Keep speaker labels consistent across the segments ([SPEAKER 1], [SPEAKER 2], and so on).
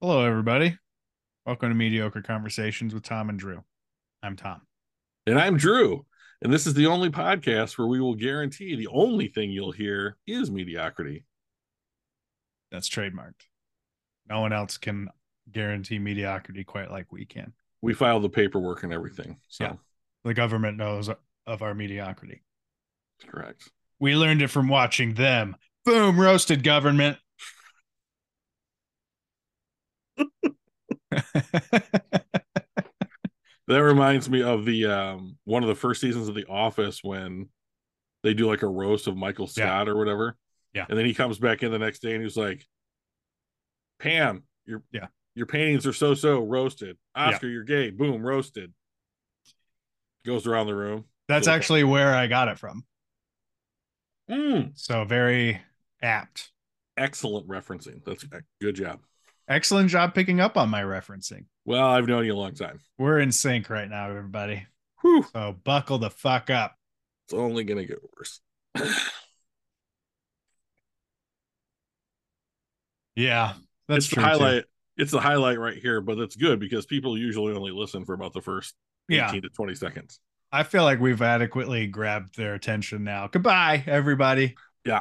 [SPEAKER 1] Hello, everybody. Welcome to Mediocre Conversations with Tom and Drew. I'm Tom.
[SPEAKER 2] And I'm Drew. And this is the only podcast where we will guarantee the only thing you'll hear is mediocrity.
[SPEAKER 1] That's trademarked. No one else can guarantee mediocrity quite like we can.
[SPEAKER 2] We file the paperwork and everything. So
[SPEAKER 1] Yeah. The government knows of our mediocrity.
[SPEAKER 2] that's correct.
[SPEAKER 1] We learned it from watching them. Boom, roasted government.
[SPEAKER 2] That reminds me of the um one of the first seasons of The Office when they do like a roast of Michael
[SPEAKER 1] Yeah.
[SPEAKER 2] Scott or whatever.
[SPEAKER 1] Yeah.
[SPEAKER 2] And then he comes back in the next day and he's like, Pam, your
[SPEAKER 1] Yeah.
[SPEAKER 2] your paintings are so so roasted.
[SPEAKER 1] Yeah.
[SPEAKER 2] Oscar, you're gay. Boom, roasted. Goes around the room.
[SPEAKER 1] That's
[SPEAKER 2] Cool.
[SPEAKER 1] actually where I got it from.
[SPEAKER 2] Mm,
[SPEAKER 1] So, very apt.
[SPEAKER 2] excellent referencing. That's good job.
[SPEAKER 1] Excellent job picking up on my referencing.
[SPEAKER 2] Well, I've known you a long time.
[SPEAKER 1] We're in sync right now, everybody.
[SPEAKER 2] Whew.
[SPEAKER 1] So, buckle the fuck up.
[SPEAKER 2] It's only gonna get worse.
[SPEAKER 1] Yeah, that's
[SPEAKER 2] it's the
[SPEAKER 1] true, too.
[SPEAKER 2] highlight. It's the highlight right here, but that's good because people usually only listen for about the first
[SPEAKER 1] Yeah,
[SPEAKER 2] eighteen to twenty seconds.
[SPEAKER 1] I feel like we've adequately grabbed their attention now. Goodbye, everybody.
[SPEAKER 2] You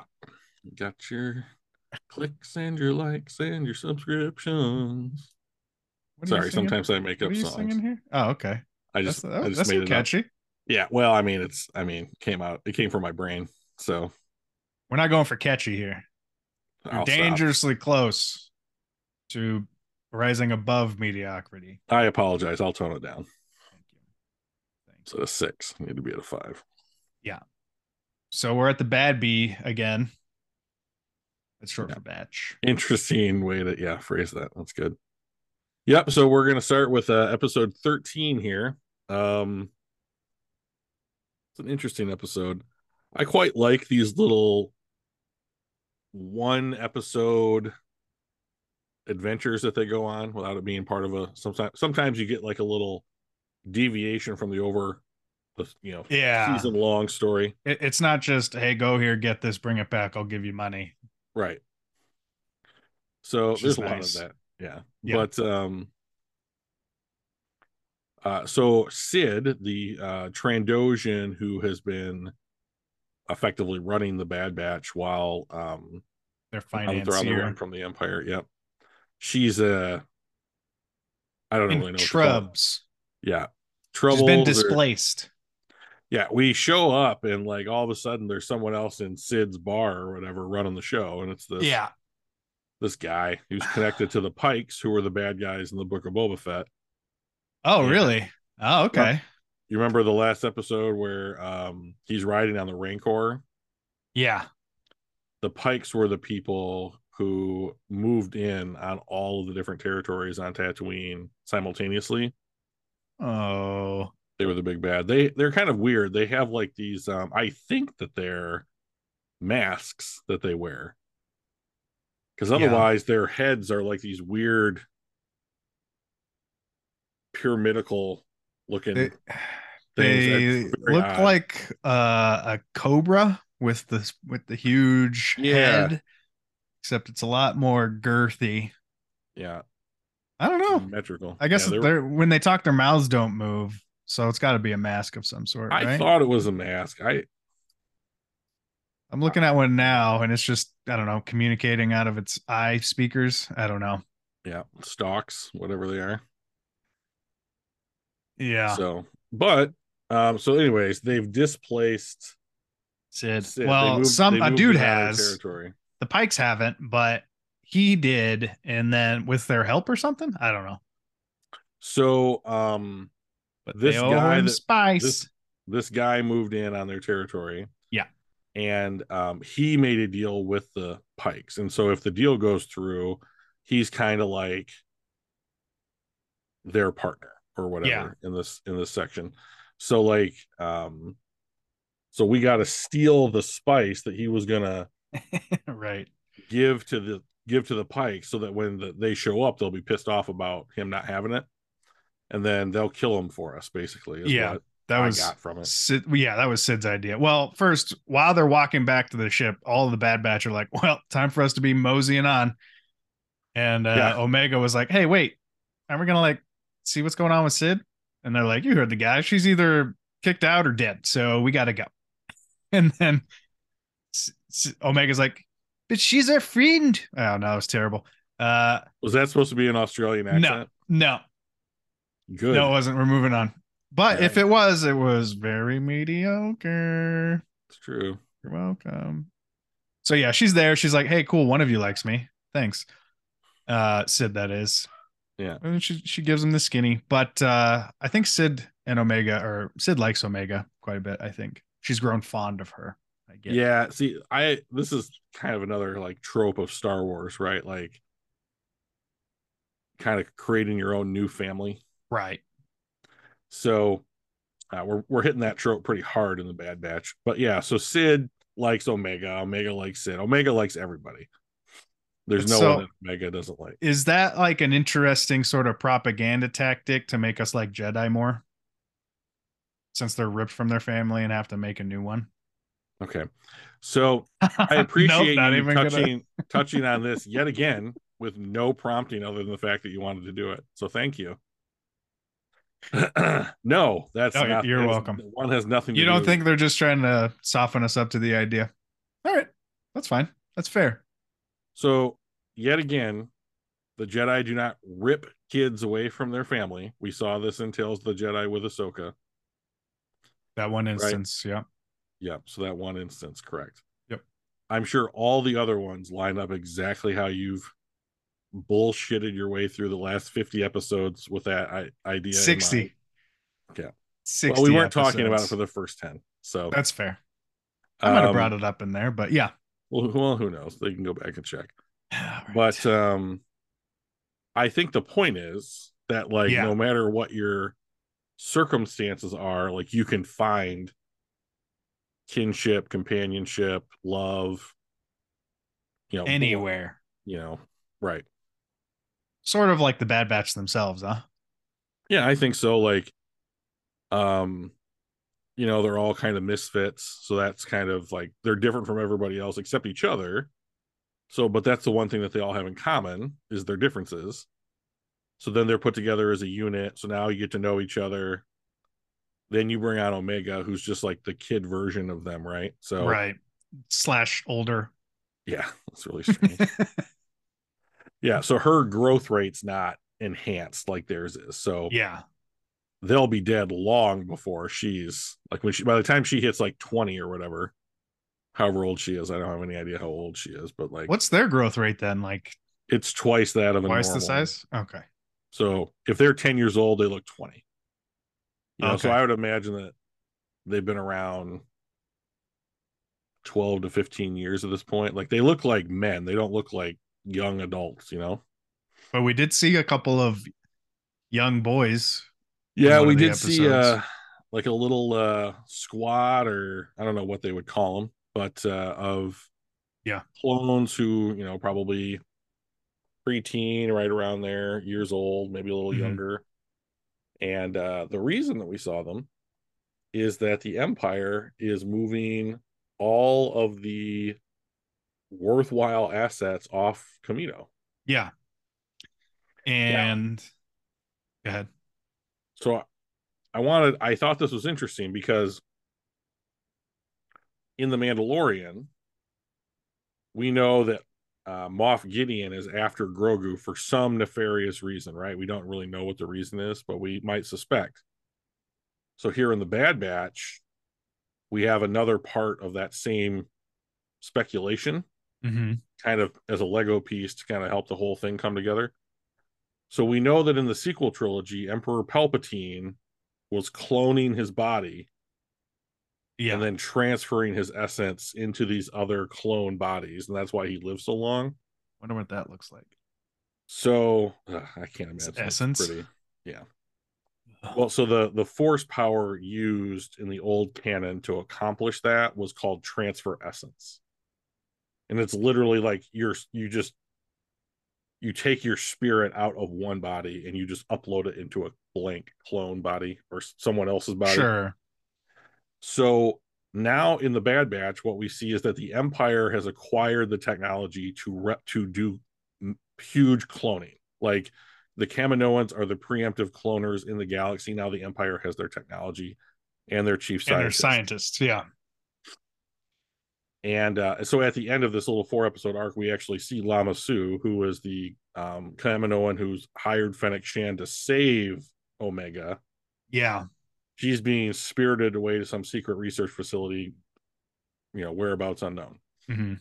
[SPEAKER 2] got your clicks and your likes and your subscriptions.
[SPEAKER 1] What are you singing?
[SPEAKER 2] Sorry, sometimes I make
[SPEAKER 1] What
[SPEAKER 2] up
[SPEAKER 1] are you
[SPEAKER 2] songs.
[SPEAKER 1] singing here? Oh, okay.
[SPEAKER 2] I
[SPEAKER 1] That's
[SPEAKER 2] just
[SPEAKER 1] that,
[SPEAKER 2] I just
[SPEAKER 1] that's
[SPEAKER 2] made it up.
[SPEAKER 1] catchy.
[SPEAKER 2] Yeah, well, I mean, it's I mean, it came out. It came from my brain, so
[SPEAKER 1] We're not going for catchy here. You're
[SPEAKER 2] I'll stop.
[SPEAKER 1] dangerously close to rising above mediocrity.
[SPEAKER 2] I apologize. I'll tone it down.
[SPEAKER 1] Thank you. Thank
[SPEAKER 2] So
[SPEAKER 1] you.
[SPEAKER 2] a six. I need to be at a five.
[SPEAKER 1] So we're at the bad bee again. That's short for batch.
[SPEAKER 2] interesting way to yeah phrase that that's good yep so we're gonna start with uh episode 13 here um it's an interesting episode i quite like these little one episode adventures that they go on without it being part of a sometimes sometimes you get like a little deviation from the over the you know
[SPEAKER 1] Yeah,
[SPEAKER 2] season long story
[SPEAKER 1] it, it's not just hey, go here, get this, bring it back, I'll give you money.
[SPEAKER 2] Right. So
[SPEAKER 1] Which is
[SPEAKER 2] there's a
[SPEAKER 1] nice.
[SPEAKER 2] lot of that. Yeah.
[SPEAKER 1] Yeah.
[SPEAKER 2] But um uh so Sid, the uh Trandoshan who has been effectively running the Bad Batch while um
[SPEAKER 1] Their
[SPEAKER 2] on the
[SPEAKER 1] financier
[SPEAKER 2] from the Empire. Yep. She's uh I don't
[SPEAKER 1] in
[SPEAKER 2] really know. what to call it.
[SPEAKER 1] Trubs.
[SPEAKER 2] Yeah.
[SPEAKER 1] She's
[SPEAKER 2] Trouble.
[SPEAKER 1] been displaced.
[SPEAKER 2] yeah, we show up and like all of a sudden there's someone else in Sid's bar or whatever running the show, and it's this
[SPEAKER 1] Yeah.
[SPEAKER 2] this guy who's connected to the Pikes, who were the bad guys in the Book of Boba Fett.
[SPEAKER 1] Oh,
[SPEAKER 2] Yeah.
[SPEAKER 1] really? Oh, okay.
[SPEAKER 2] You remember the last episode where um, he's riding on the Rancor?
[SPEAKER 1] Yeah.
[SPEAKER 2] The Pikes were the people who moved in on all of the different territories on Tatooine simultaneously.
[SPEAKER 1] Oh,
[SPEAKER 2] They were the big bad. They they're kind of weird. They have like these. Um, I think that they're masks that they wear, because
[SPEAKER 1] Yeah.
[SPEAKER 2] otherwise their heads are like these weird pyramidical looking.
[SPEAKER 1] they, they
[SPEAKER 2] things. That's very
[SPEAKER 1] look
[SPEAKER 2] odd.
[SPEAKER 1] like uh, a cobra with the with the huge
[SPEAKER 2] Yeah.
[SPEAKER 1] head, except it's a lot more girthy.
[SPEAKER 2] yeah,
[SPEAKER 1] I don't know.
[SPEAKER 2] symmetrical.
[SPEAKER 1] I guess
[SPEAKER 2] Mm. Yeah, they
[SPEAKER 1] they're,
[SPEAKER 2] were-
[SPEAKER 1] when they talk, their mouths don't move, so it's got to be a mask of some sort,
[SPEAKER 2] I
[SPEAKER 1] right?
[SPEAKER 2] thought it was a mask. I
[SPEAKER 1] I'm looking at one now, and it's just I don't know, communicating out of its eye speakers. I don't know.
[SPEAKER 2] yeah, stocks, whatever they are.
[SPEAKER 1] Yeah,
[SPEAKER 2] So, but um, so anyways, they've displaced.
[SPEAKER 1] Sid.
[SPEAKER 2] Sid. They
[SPEAKER 1] Well,
[SPEAKER 2] moved-
[SPEAKER 1] some
[SPEAKER 2] they
[SPEAKER 1] a
[SPEAKER 2] moved
[SPEAKER 1] dude
[SPEAKER 2] him out of
[SPEAKER 1] has.
[SPEAKER 2] territory.
[SPEAKER 1] the pikes haven't but he did and then with their help or something i don't know
[SPEAKER 2] So, um,
[SPEAKER 1] but
[SPEAKER 2] This
[SPEAKER 1] they owe
[SPEAKER 2] guy
[SPEAKER 1] him
[SPEAKER 2] that-
[SPEAKER 1] spice
[SPEAKER 2] this- this guy moved in on their territory.
[SPEAKER 1] Yeah.
[SPEAKER 2] And um, he made a deal with the Pikes, and so if the deal goes through, he's kind of like their partner or whatever in this in this section. So like, um, so we got to steal the spice that he was gonna
[SPEAKER 1] right
[SPEAKER 2] give to the give to the Pikes, so that when the, they show up, they'll be pissed off about him not having it, and then they'll kill him for us. Basically, is
[SPEAKER 1] Yeah,
[SPEAKER 2] what
[SPEAKER 1] that
[SPEAKER 2] I
[SPEAKER 1] was
[SPEAKER 2] got from it.
[SPEAKER 1] sid yeah that was sid's idea well first while they're walking back to the ship all the bad batch are like well time for us to be moseying on And uh,
[SPEAKER 2] Yeah.
[SPEAKER 1] Omega was like, "Hey, wait, aren't we gonna like see what's going on with Sid?" And they're like, "You heard the guy. She's either kicked out or dead, so we gotta go." And then S- S- Omega's like, "But she's our friend." Oh no, it was terrible. Uh,
[SPEAKER 2] Was that supposed to be an Australian accent?
[SPEAKER 1] no,
[SPEAKER 2] Good.
[SPEAKER 1] no, it wasn't. We're moving on. But
[SPEAKER 2] Yeah.
[SPEAKER 1] if it was, it was very mediocre.
[SPEAKER 2] It's true.
[SPEAKER 1] You're welcome. So yeah, she's there. She's like, "Hey, cool. One of you likes me. Thanks." Uh, Sid, that is.
[SPEAKER 2] Yeah.
[SPEAKER 1] And she she gives him the skinny, but uh, I think Sid and Omega, or Sid likes Omega quite a bit. I think she's grown fond of her. I
[SPEAKER 2] Yeah.
[SPEAKER 1] guess.
[SPEAKER 2] See, I this is kind of another like trope of Star Wars, right? Like kind of creating your own new family.
[SPEAKER 1] Right.
[SPEAKER 2] So uh, we're we're hitting that trope pretty hard in the Bad Batch. But yeah, so Sid likes Omega. Omega likes Sid. Omega likes everybody. There's
[SPEAKER 1] It's
[SPEAKER 2] no
[SPEAKER 1] so-
[SPEAKER 2] one that Omega doesn't like.
[SPEAKER 1] Is that like an interesting sort of propaganda tactic to make us like Jedi more? Since they're ripped from their family and have to make a new one.
[SPEAKER 2] Okay. So I
[SPEAKER 1] Nope,
[SPEAKER 2] appreciate
[SPEAKER 1] not
[SPEAKER 2] you
[SPEAKER 1] even gonna-
[SPEAKER 2] touching touching on this yet again with no prompting other than the fact that you wanted to do it. So thank you. no, that's
[SPEAKER 1] No,
[SPEAKER 2] not-
[SPEAKER 1] you're
[SPEAKER 2] that is-
[SPEAKER 1] welcome.
[SPEAKER 2] One has nothing.
[SPEAKER 1] You
[SPEAKER 2] to
[SPEAKER 1] don't
[SPEAKER 2] do-
[SPEAKER 1] think they're just trying to soften us up to the idea? All right, that's fine. That's fair.
[SPEAKER 2] so? Yet again, the Jedi do not rip kids away from their family. We saw this in Tales of the Jedi with Ahsoka.
[SPEAKER 1] That one instance, yeah.
[SPEAKER 2] Yep. So that one instance, correct.
[SPEAKER 1] Yep.
[SPEAKER 2] I'm sure all the other ones line up exactly how you've bullshitted your way through the last 50 episodes with that I- idea. in mind.
[SPEAKER 1] sixty.
[SPEAKER 2] Yeah.
[SPEAKER 1] sixty.
[SPEAKER 2] well, we weren't talking about it
[SPEAKER 1] episodes.
[SPEAKER 2] for the first 10. So
[SPEAKER 1] That's fair. I might have
[SPEAKER 2] um,
[SPEAKER 1] brought it up in there, but yeah.
[SPEAKER 2] Well, who- well, who knows? They can go back and check.
[SPEAKER 1] All right.
[SPEAKER 2] But um I think the point is that like
[SPEAKER 1] Yeah.
[SPEAKER 2] no matter what your circumstances are, like you can find kinship, companionship, love, you know,
[SPEAKER 1] anywhere,
[SPEAKER 2] you know right
[SPEAKER 1] sort of like the Bad Batch themselves, huh?
[SPEAKER 2] yeah i think so like um you know they're all kind of misfits so that's kind of like they're different from everybody else except each other so but that's the one thing that they all have in common is their differences so then they're put together as a unit so now you get to know each other then you bring out omega who's just like the kid version of them right so
[SPEAKER 1] Right. Slash older.
[SPEAKER 2] yeah that's really strange yeah so her growth rate's not enhanced like theirs is so
[SPEAKER 1] yeah.
[SPEAKER 2] they'll be dead long before she's like when she by the time she hits like 20 or whatever however old she is i don't have any idea how old she is but like
[SPEAKER 1] What's their growth rate then? Like
[SPEAKER 2] it's twice that of a
[SPEAKER 1] twice the
[SPEAKER 2] normal.
[SPEAKER 1] size? Okay.
[SPEAKER 2] so if they're 10 years old they look 20 you know, so
[SPEAKER 1] Okay.
[SPEAKER 2] i would imagine that they've been around 12 to 15 years at this point like they look like men they don't look like young adults you know
[SPEAKER 1] But we did see a couple of young boys. one
[SPEAKER 2] yeah
[SPEAKER 1] of
[SPEAKER 2] we
[SPEAKER 1] the
[SPEAKER 2] did see
[SPEAKER 1] episodes.
[SPEAKER 2] uh like a little uh squad or i don't know what they would call them but uh of
[SPEAKER 1] Yeah.
[SPEAKER 2] clones who you know probably preteen right around there years old maybe a little
[SPEAKER 1] Mhm.
[SPEAKER 2] younger and uh the reason that we saw them is that the empire is moving all of the worthwhile assets off Camino.
[SPEAKER 1] Yeah. And go ahead.
[SPEAKER 2] so I- i wanted i thought this was interesting because in the mandalorian we know that uh, moff gideon is after grogu for some nefarious reason right we don't really know what the reason is but we might suspect so here in the bad batch we have another part of that same speculation
[SPEAKER 1] Mm-hmm.
[SPEAKER 2] kind of as a Lego piece to kind of help the whole thing come together. So we know that in the sequel trilogy, Emperor Palpatine was cloning his body
[SPEAKER 1] Yeah.
[SPEAKER 2] and then transferring his essence into these other clone bodies, and that's why he lived so long.
[SPEAKER 1] Wonder what that looks like.
[SPEAKER 2] So ugh, I can't
[SPEAKER 1] It's
[SPEAKER 2] imagine it's
[SPEAKER 1] essence.
[SPEAKER 2] Pretty. Well, so the the force power used in the old canon to accomplish that was called transfer essence. And it's literally like you're you just you take your spirit out of one body and you just upload it into a blank clone body or s- someone else's body.
[SPEAKER 1] sure.
[SPEAKER 2] So now in the Bad Batch, what we see is that the Empire has acquired the technology to rep to do m- huge cloning. Like the Kaminoans are the preemptive cloners in the galaxy. Now the Empire has their technology and their chief
[SPEAKER 1] and they're
[SPEAKER 2] scientist.
[SPEAKER 1] scientists. Yeah.
[SPEAKER 2] And uh, so at the end of this little four episode arc, we actually see Lama Su, who is the um, Kaminoan who's hired Fennec Shan to save Omega.
[SPEAKER 1] Yeah.
[SPEAKER 2] She's being spirited away to some secret research facility, you know, whereabouts unknown.
[SPEAKER 1] hmm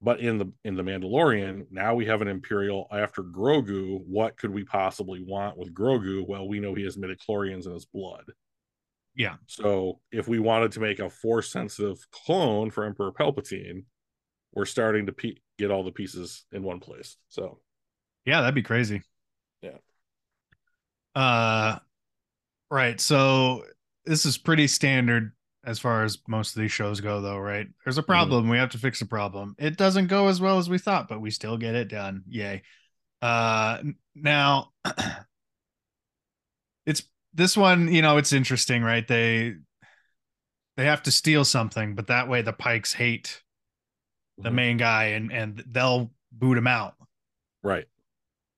[SPEAKER 2] But in the in the Mandalorian, now we have an Imperial after Grogu. What could we possibly want with Grogu? Well, we know he has midichlorians in his blood.
[SPEAKER 1] Yeah.
[SPEAKER 2] So if we wanted to make a force sensitive clone for Emperor Palpatine, we're starting to pe- get all the pieces in one place. So
[SPEAKER 1] Yeah. That'd be crazy.
[SPEAKER 2] Yeah.
[SPEAKER 1] Uh, right. So this is pretty standard as far as most of these shows go, though, right? There's a problem. We have to fix the problem. It doesn't go as well as we thought, but we still get it done. Yay. Uh, n- now it's this one, you know, it's interesting, right? They, they have to steal something, but that way the Pikes hate the
[SPEAKER 2] Mhm.
[SPEAKER 1] main guy and, and they'll boot him out.
[SPEAKER 2] right.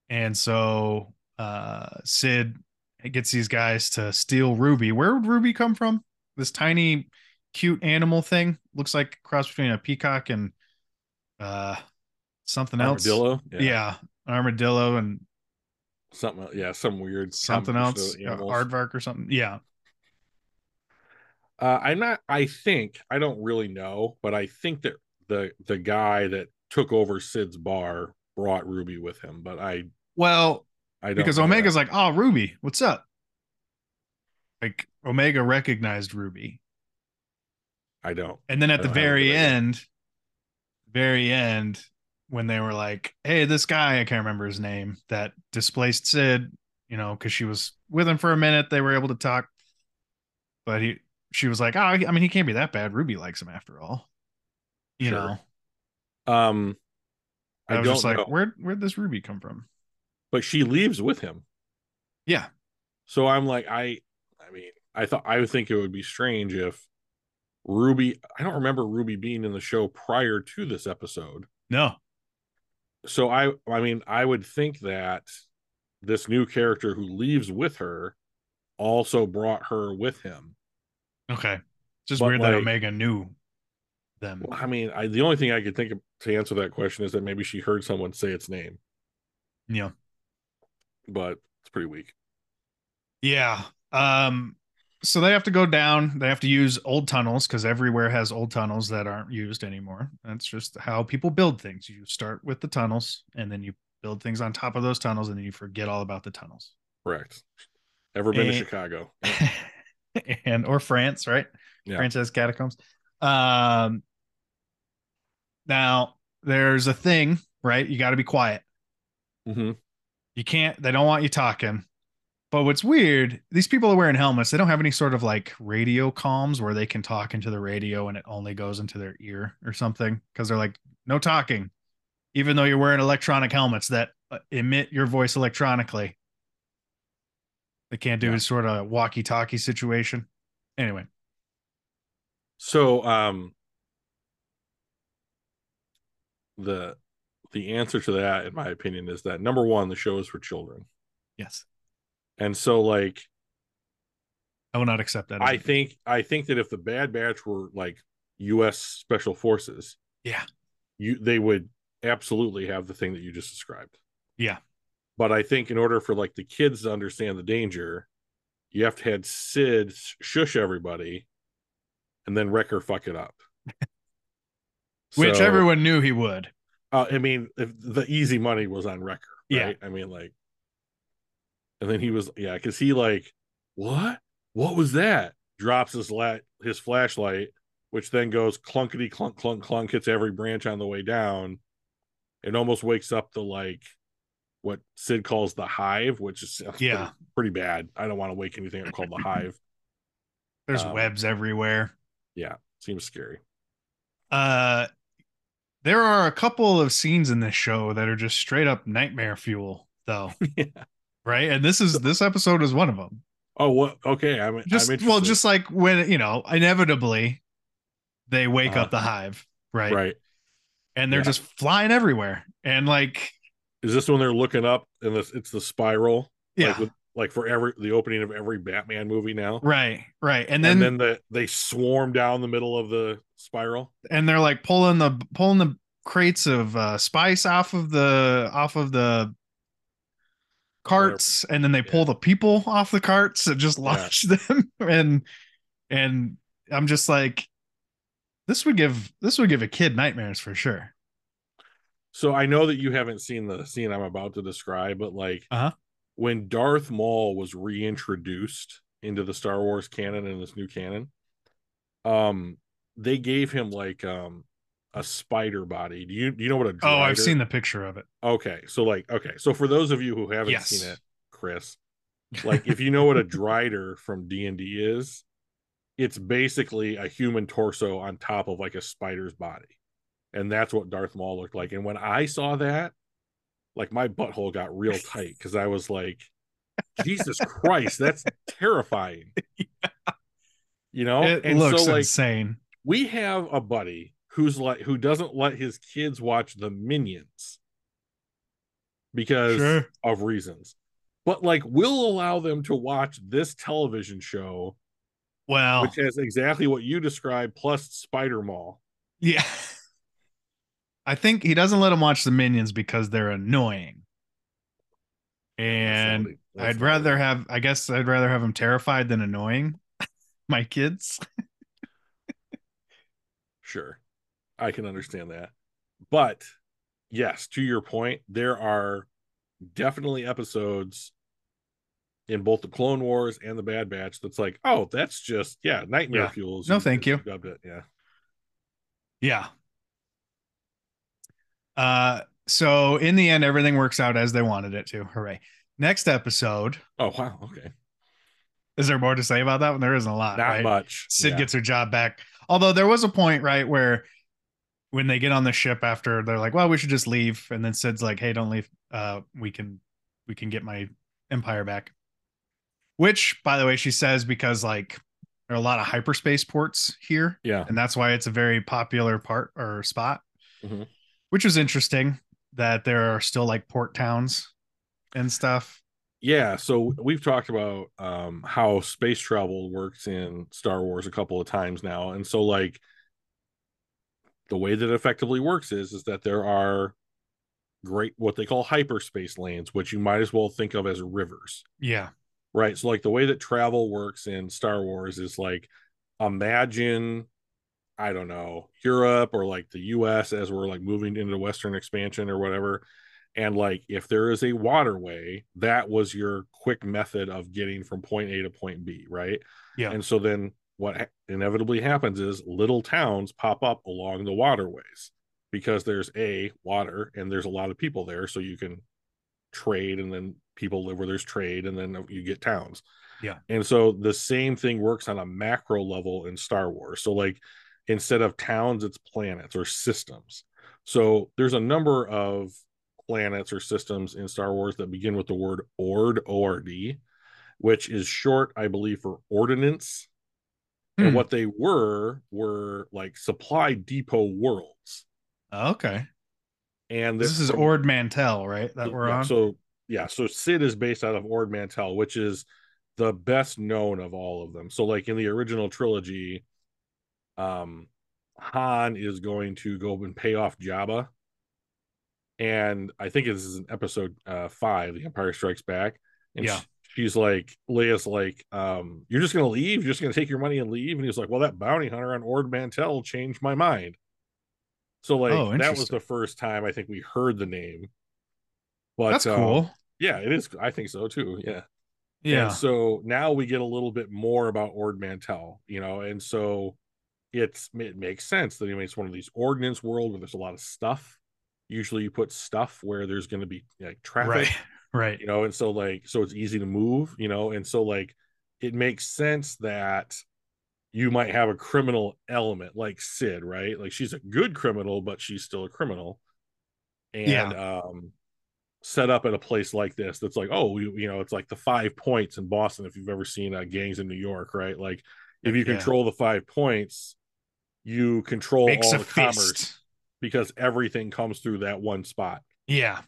[SPEAKER 1] And so uh Sid gets these guys to steal Ruby. Where would Ruby come from? This tiny cute animal thing looks like a cross between a peacock and uh something else.
[SPEAKER 2] Armadillo.
[SPEAKER 1] Yeah. armadillo and
[SPEAKER 2] Something. Yeah. Some weird
[SPEAKER 1] something
[SPEAKER 2] combination
[SPEAKER 1] else. Uh,
[SPEAKER 2] of
[SPEAKER 1] Yeah,
[SPEAKER 2] animals.
[SPEAKER 1] Aardvark or something. Yeah.
[SPEAKER 2] Uh, I'm not. I think I don't really know, but I think that the the guy that took over Sid's bar brought Ruby with him. But I
[SPEAKER 1] Well,
[SPEAKER 2] I don't
[SPEAKER 1] because
[SPEAKER 2] know that.
[SPEAKER 1] Omega's like, "Oh, Ruby, what's up?" Like Omega recognized Ruby.
[SPEAKER 2] I don't.
[SPEAKER 1] And then at
[SPEAKER 2] I
[SPEAKER 1] the
[SPEAKER 2] don't have a good
[SPEAKER 1] very
[SPEAKER 2] idea.
[SPEAKER 1] end, very end, when they were like, hey, this guy, I can't remember his name, that displaced Sid, you know, because she was with him for a minute. They were able to talk. But he, she was like, oh, I mean, he can't be that bad. Ruby likes him after all. You
[SPEAKER 2] Sure.
[SPEAKER 1] know,
[SPEAKER 2] Um, I,
[SPEAKER 1] I, was
[SPEAKER 2] don't
[SPEAKER 1] just like,
[SPEAKER 2] know.
[SPEAKER 1] where where'd this Ruby come from?
[SPEAKER 2] But she leaves with him.
[SPEAKER 1] Yeah.
[SPEAKER 2] So I'm like, I, I mean, I thought I would think it would be strange if Ruby. I don't remember Ruby being in the show prior to this episode.
[SPEAKER 1] No.
[SPEAKER 2] so i i mean i would think that this new character who leaves with her also brought her with him
[SPEAKER 1] Okay. It's just
[SPEAKER 2] But,
[SPEAKER 1] weird that
[SPEAKER 2] like-
[SPEAKER 1] Omega knew them.
[SPEAKER 2] Well, i mean i the only thing i could think of to answer that question is that maybe she heard someone say its name
[SPEAKER 1] Yeah.
[SPEAKER 2] but it's pretty weak
[SPEAKER 1] Yeah. Um so they have to go down, they have to use old tunnels cuz everywhere has old tunnels that aren't used anymore. That's just how people build things. You start with the tunnels and then you build things on top of those tunnels and then you forget all about the tunnels.
[SPEAKER 2] correct ever been
[SPEAKER 1] Eh.
[SPEAKER 2] to chicago
[SPEAKER 1] and or France, right?
[SPEAKER 2] Yeah.
[SPEAKER 1] France has catacombs. Um now there's a thing, right? You got to be quiet.
[SPEAKER 2] Mhm.
[SPEAKER 1] You can't, they don't want you talking. But what's weird, these people are wearing helmets. They don't have any sort of like radio comms where they can talk into the radio and it only goes into their ear or something because they're like, no talking, even though you're wearing electronic helmets that uh, emit your voice electronically. They can't do
[SPEAKER 2] Yeah.
[SPEAKER 1] this sort of walkie talkie situation. Anyway,
[SPEAKER 2] so um the the answer to that in my opinion is that number one the show is for children
[SPEAKER 1] yes,
[SPEAKER 2] and so like
[SPEAKER 1] I will not accept that. as
[SPEAKER 2] I
[SPEAKER 1] a-
[SPEAKER 2] think I think that if the Bad Batch were like U.S. Special Forces,
[SPEAKER 1] Yeah.
[SPEAKER 2] you they would absolutely have the thing that you just described.
[SPEAKER 1] Yeah.
[SPEAKER 2] but I think in order for like the kids to understand the danger, you have to have Sid sh- shush everybody, and then Wrecker fuck it up.
[SPEAKER 1] which
[SPEAKER 2] So,
[SPEAKER 1] everyone knew he would.
[SPEAKER 2] uh, I mean, if the easy money was on Wrecker,
[SPEAKER 1] Yeah.
[SPEAKER 2] right? I mean, like, and then he was, yeah, because he like, what? What was that? Drops his la- his flashlight, which then goes clunkety clunk clunk clunk, hits every branch on the way down. It almost wakes up the like, what Sid calls the hive, which is sounds pretty-
[SPEAKER 1] Yeah.
[SPEAKER 2] pretty, bad. I don't want to wake anything up called the hive.
[SPEAKER 1] There's
[SPEAKER 2] Um,
[SPEAKER 1] webs everywhere.
[SPEAKER 2] Seems scary.
[SPEAKER 1] Uh, there are a couple of scenes in this show that are just straight up nightmare fuel, though.
[SPEAKER 2] Yeah.
[SPEAKER 1] Right, and this is this episode is one of them.
[SPEAKER 2] Oh, what? Okay, I'm
[SPEAKER 1] Just
[SPEAKER 2] I'm
[SPEAKER 1] well,
[SPEAKER 2] interested.
[SPEAKER 1] just like when you know, inevitably, they wake
[SPEAKER 2] Uh-huh.
[SPEAKER 1] up the hive, right?
[SPEAKER 2] right.
[SPEAKER 1] And they're
[SPEAKER 2] Yeah.
[SPEAKER 1] just flying everywhere, and like
[SPEAKER 2] Is this when they're looking up and this it's the spiral?
[SPEAKER 1] Yeah.
[SPEAKER 2] Like, with, like for every the opening of every Batman movie now.
[SPEAKER 1] right. Right. And
[SPEAKER 2] And
[SPEAKER 1] then
[SPEAKER 2] then,
[SPEAKER 1] and,
[SPEAKER 2] the, they swarm down the middle of the spiral.
[SPEAKER 1] they're like pulling the pulling the crates of uh, spice off of the off of the carts and then they pull
[SPEAKER 2] Yeah.
[SPEAKER 1] the people off the carts and just launch them and and I'm just like this would give this would give a kid nightmares for sure.
[SPEAKER 2] So I know that you haven't seen the scene I'm about to describe, but like
[SPEAKER 1] Uh-huh.
[SPEAKER 2] when Darth Maul was reintroduced into the Star Wars canon and this new canon, um, they gave him like um a spider body. Do you do you know what a
[SPEAKER 1] Oh, I've
[SPEAKER 2] drider-
[SPEAKER 1] seen the picture of it.
[SPEAKER 2] Okay, so like okay, so for those of you who haven't
[SPEAKER 1] Yes.
[SPEAKER 2] seen it, Chris, like if you know what a drider from D and D is, it's basically a human torso on top of like a spider's body, and that's what Darth Maul looked like. And when I saw that, like my butthole got real tight because I was like, Jesus Christ, that's terrifying. You know,
[SPEAKER 1] it
[SPEAKER 2] Oh, and
[SPEAKER 1] looks
[SPEAKER 2] so like
[SPEAKER 1] insane.
[SPEAKER 2] we have a buddy who's like who doesn't let his kids watch the minions because
[SPEAKER 1] Sure.
[SPEAKER 2] of reasons but like we'll allow them to watch this television show
[SPEAKER 1] Well,
[SPEAKER 2] which has exactly what you described plus spider mall
[SPEAKER 1] yeah. I think he doesn't let him watch the minions because they're annoying. And I'd rather have I guess I'd rather have him terrified than annoying my kids.
[SPEAKER 2] sure i can understand that but yes to your point there are definitely episodes in both the clone wars and the bad batch that's like oh that's just yeah nightmare
[SPEAKER 1] Yeah.
[SPEAKER 2] fuels
[SPEAKER 1] No,
[SPEAKER 2] you-
[SPEAKER 1] thank
[SPEAKER 2] you
[SPEAKER 1] you.
[SPEAKER 2] dubbed it yeah
[SPEAKER 1] Yeah. Uh so in the end everything works out as they wanted it to. Hooray. Next episode.
[SPEAKER 2] oh wow okay
[SPEAKER 1] Is there more to say about that one? There isn't a lot.
[SPEAKER 2] not
[SPEAKER 1] right? Uh,
[SPEAKER 2] much
[SPEAKER 1] Sid
[SPEAKER 2] Yeah.
[SPEAKER 1] gets her job back. Although there was a point, right, where when they get on the ship after they're like, well, we should just leave. And then Sid's like, hey, don't leave. Uh, we can we can get my empire back. Which, by the way, she says because like there are a lot of hyperspace ports here,
[SPEAKER 2] yeah
[SPEAKER 1] and that's why it's a very popular part or spot,
[SPEAKER 2] Mhm.
[SPEAKER 1] which is interesting that there are still like port towns and stuff.
[SPEAKER 2] yeah so we've talked about um how space travel works in star wars a couple of times now and so like the way that it effectively works is is that there are great what they call hyperspace lanes which you might as well think of as rivers
[SPEAKER 1] Yeah.
[SPEAKER 2] right so like the way that travel works in star wars is like imagine i don't know europe or like the us as we're like moving into western expansion or whatever and like if there is a waterway that was your quick method of getting from point a to point b right
[SPEAKER 1] Yeah.
[SPEAKER 2] and so then what ha- inevitably happens is little towns pop up along the waterways because there's a water and there's a lot of people there so you can trade and then people live where there's trade and then you get towns
[SPEAKER 1] Yeah.
[SPEAKER 2] and so the same thing works on a macro level in star wars so like instead of towns it's planets or systems so there's a number of planets or systems in star wars that begin with the word ord ord which is short i believe for ordinance and
[SPEAKER 1] Hmm.
[SPEAKER 2] what they were were like supply depot worlds
[SPEAKER 1] Oh, Okay.
[SPEAKER 2] and
[SPEAKER 1] This is
[SPEAKER 2] from-
[SPEAKER 1] Ord Mantell, right? That we're
[SPEAKER 2] yeah,
[SPEAKER 1] on.
[SPEAKER 2] So yeah, so Sid is based out of Ord Mantell, which is the best known of all of them. So like in the original trilogy, um Han is going to go and pay off Jabba. And I think this is in episode uh five, The Empire Strikes Back. And
[SPEAKER 1] Yeah.
[SPEAKER 2] sh- she's like, Leia's like, um, you're just gonna leave, you're just gonna take your money and leave. And he's like, Well, that bounty hunter on Ord Mantell changed my mind. So like
[SPEAKER 1] Oh,
[SPEAKER 2] that was
[SPEAKER 1] interesting.
[SPEAKER 2] the first time I think we heard the name. But
[SPEAKER 1] That's
[SPEAKER 2] uh,
[SPEAKER 1] cool.
[SPEAKER 2] yeah, it is. I think so too. Yeah.
[SPEAKER 1] yeah.
[SPEAKER 2] And so now we get a little bit more about Ord Mantell, you know, and so it's it makes sense that he makes one of these ordnance world where there's a lot of stuff. Usually, you put stuff where there's going to be like traffic,
[SPEAKER 1] Right. Right.
[SPEAKER 2] you know, and so like so it's easy to move, you know, and so like it makes sense that you might have a criminal element like Sid, right? Like she's a good criminal, but she's still a criminal. And um set up at a place like this that's like, oh, you, you know, it's like the five points in Boston if you've ever seen uh, gangs in New York, right? Like if you
[SPEAKER 1] Yeah.
[SPEAKER 2] control the five points, you control
[SPEAKER 1] Makes
[SPEAKER 2] all
[SPEAKER 1] a
[SPEAKER 2] the
[SPEAKER 1] fist.
[SPEAKER 2] commerce because everything comes through that one spot.
[SPEAKER 1] Yeah.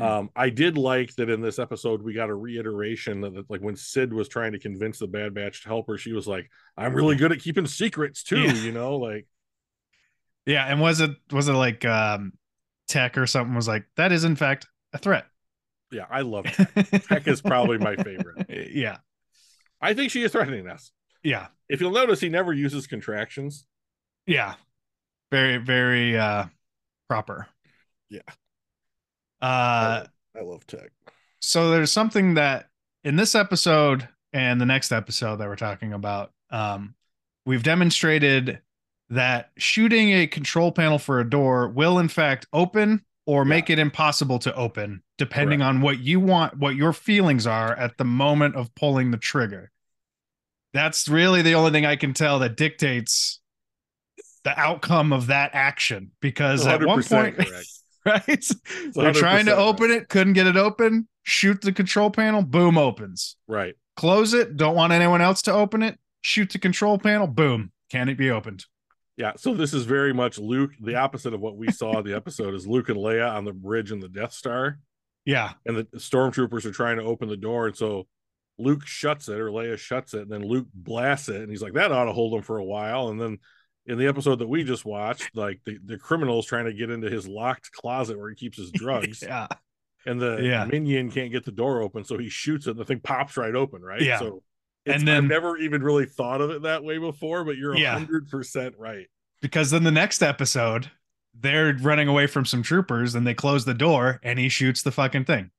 [SPEAKER 2] um i did like that in this episode we got a reiteration that, that, like when sid was trying to convince the bad batch to help her she was like i'm really good at keeping secrets too
[SPEAKER 1] Yeah.
[SPEAKER 2] you know like
[SPEAKER 1] Yeah, and was it was it like um tech or something was like that is in fact a threat.
[SPEAKER 2] yeah i love tech. tech is probably my favorite
[SPEAKER 1] yeah.
[SPEAKER 2] i think she is threatening us
[SPEAKER 1] Yeah.
[SPEAKER 2] if you'll notice he never uses contractions
[SPEAKER 1] Yeah. Very very uh proper.
[SPEAKER 2] Yeah.
[SPEAKER 1] Uh
[SPEAKER 2] i love tech
[SPEAKER 1] so there's something that in this episode and the next episode that we're talking about um we've demonstrated that shooting a control panel for a door will in fact open or
[SPEAKER 2] Yeah.
[SPEAKER 1] make it impossible to open depending on what you want what your feelings are at the moment of pulling the trigger that's really the only thing i can tell that dictates the outcome of that action because at one
[SPEAKER 2] 100%
[SPEAKER 1] point
[SPEAKER 2] correct.
[SPEAKER 1] right they're
[SPEAKER 2] 100%
[SPEAKER 1] trying to
[SPEAKER 2] right.
[SPEAKER 1] open it, couldn't get it open. Shoot the control panel, boom, opens.
[SPEAKER 2] right
[SPEAKER 1] Close it, don't want anyone else to open it. Shoot the control panel, boom, can it be opened?
[SPEAKER 2] yeah so this is very much luke the opposite of what we saw in the episode is luke and leia on the bridge in the death star
[SPEAKER 1] Yeah,
[SPEAKER 2] and the stormtroopers are trying to open the door and so luke shuts it or leia shuts it and then luke blasts it and he's like that ought to hold him for a while and then in the episode that we just watched like the, the criminals trying to get into his locked closet where he keeps his drugs
[SPEAKER 1] yeah,
[SPEAKER 2] and the
[SPEAKER 1] Yeah.
[SPEAKER 2] minion can't get the door open so he shoots it and the thing pops right open right
[SPEAKER 1] Yeah.
[SPEAKER 2] so it's,
[SPEAKER 1] And then-
[SPEAKER 2] I've never even really thought of it that way before, but you're
[SPEAKER 1] Yeah.
[SPEAKER 2] hundred percent right.
[SPEAKER 1] because then the next episode, they're running away from some troopers and they close the door and he shoots the fucking thing.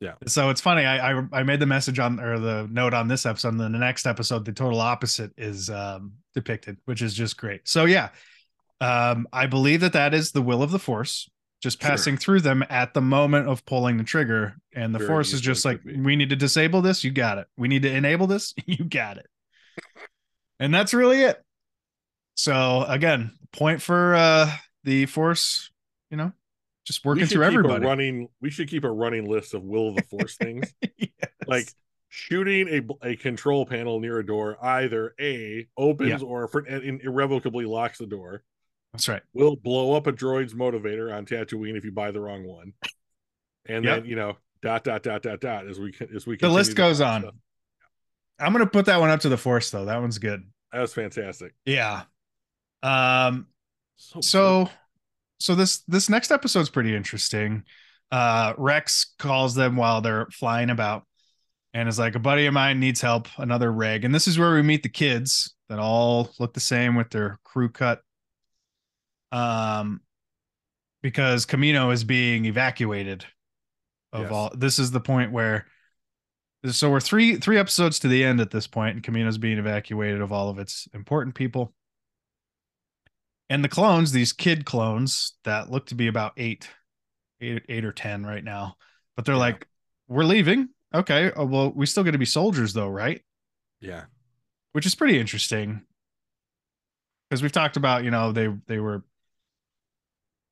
[SPEAKER 2] Yeah.
[SPEAKER 1] So it's funny. I I, I made the message on or the note on this episode, and then the next episode, the total opposite is um, depicted, which is just great. So yeah, um, I believe that that is the will of the force, just
[SPEAKER 2] Sure.
[SPEAKER 1] passing through them at the moment of pulling the trigger, and the
[SPEAKER 2] Very
[SPEAKER 1] force is
[SPEAKER 2] easily
[SPEAKER 1] just like,
[SPEAKER 2] could be.
[SPEAKER 1] we need to disable this, you got it. We need to enable this, you got it. And that's really it. So again, point for uh the force, you know, just working
[SPEAKER 2] should
[SPEAKER 1] through
[SPEAKER 2] keep a
[SPEAKER 1] everybody.
[SPEAKER 2] running, we should keep a running list of will of the force things.
[SPEAKER 1] Yes.
[SPEAKER 2] like shooting a, bl- a control panel near a door either a opens or for, and and irrevocably locks the door
[SPEAKER 1] that's right.
[SPEAKER 2] will blow up a droid's motivator on Tatooine if you buy the wrong one and
[SPEAKER 1] Yep.
[SPEAKER 2] then you know dot dot dot dot dot as we can as we
[SPEAKER 1] The list
[SPEAKER 2] continue to
[SPEAKER 1] goes
[SPEAKER 2] watch
[SPEAKER 1] on.
[SPEAKER 2] stuff.
[SPEAKER 1] I'm gonna put that one up to the force though. That one's good.
[SPEAKER 2] that was fantastic
[SPEAKER 1] Yeah. Um
[SPEAKER 2] so,
[SPEAKER 1] so so this this next episode's pretty interesting uh rex calls them while they're flying about and is like a buddy of mine needs help another reg and this is where we meet the kids that all look the same with their crew cut um because camino is being evacuated of
[SPEAKER 2] Yes.
[SPEAKER 1] all this is the point where so we're three three episodes to the end at this point and camino's being evacuated of all of its important people and the clones these kid clones that look to be about eight eight, eight or ten right now but they're
[SPEAKER 2] Yeah.
[SPEAKER 1] like we're leaving okay oh, well we still got to be soldiers though right
[SPEAKER 2] yeah
[SPEAKER 1] which is pretty interesting because we've talked about you know they they were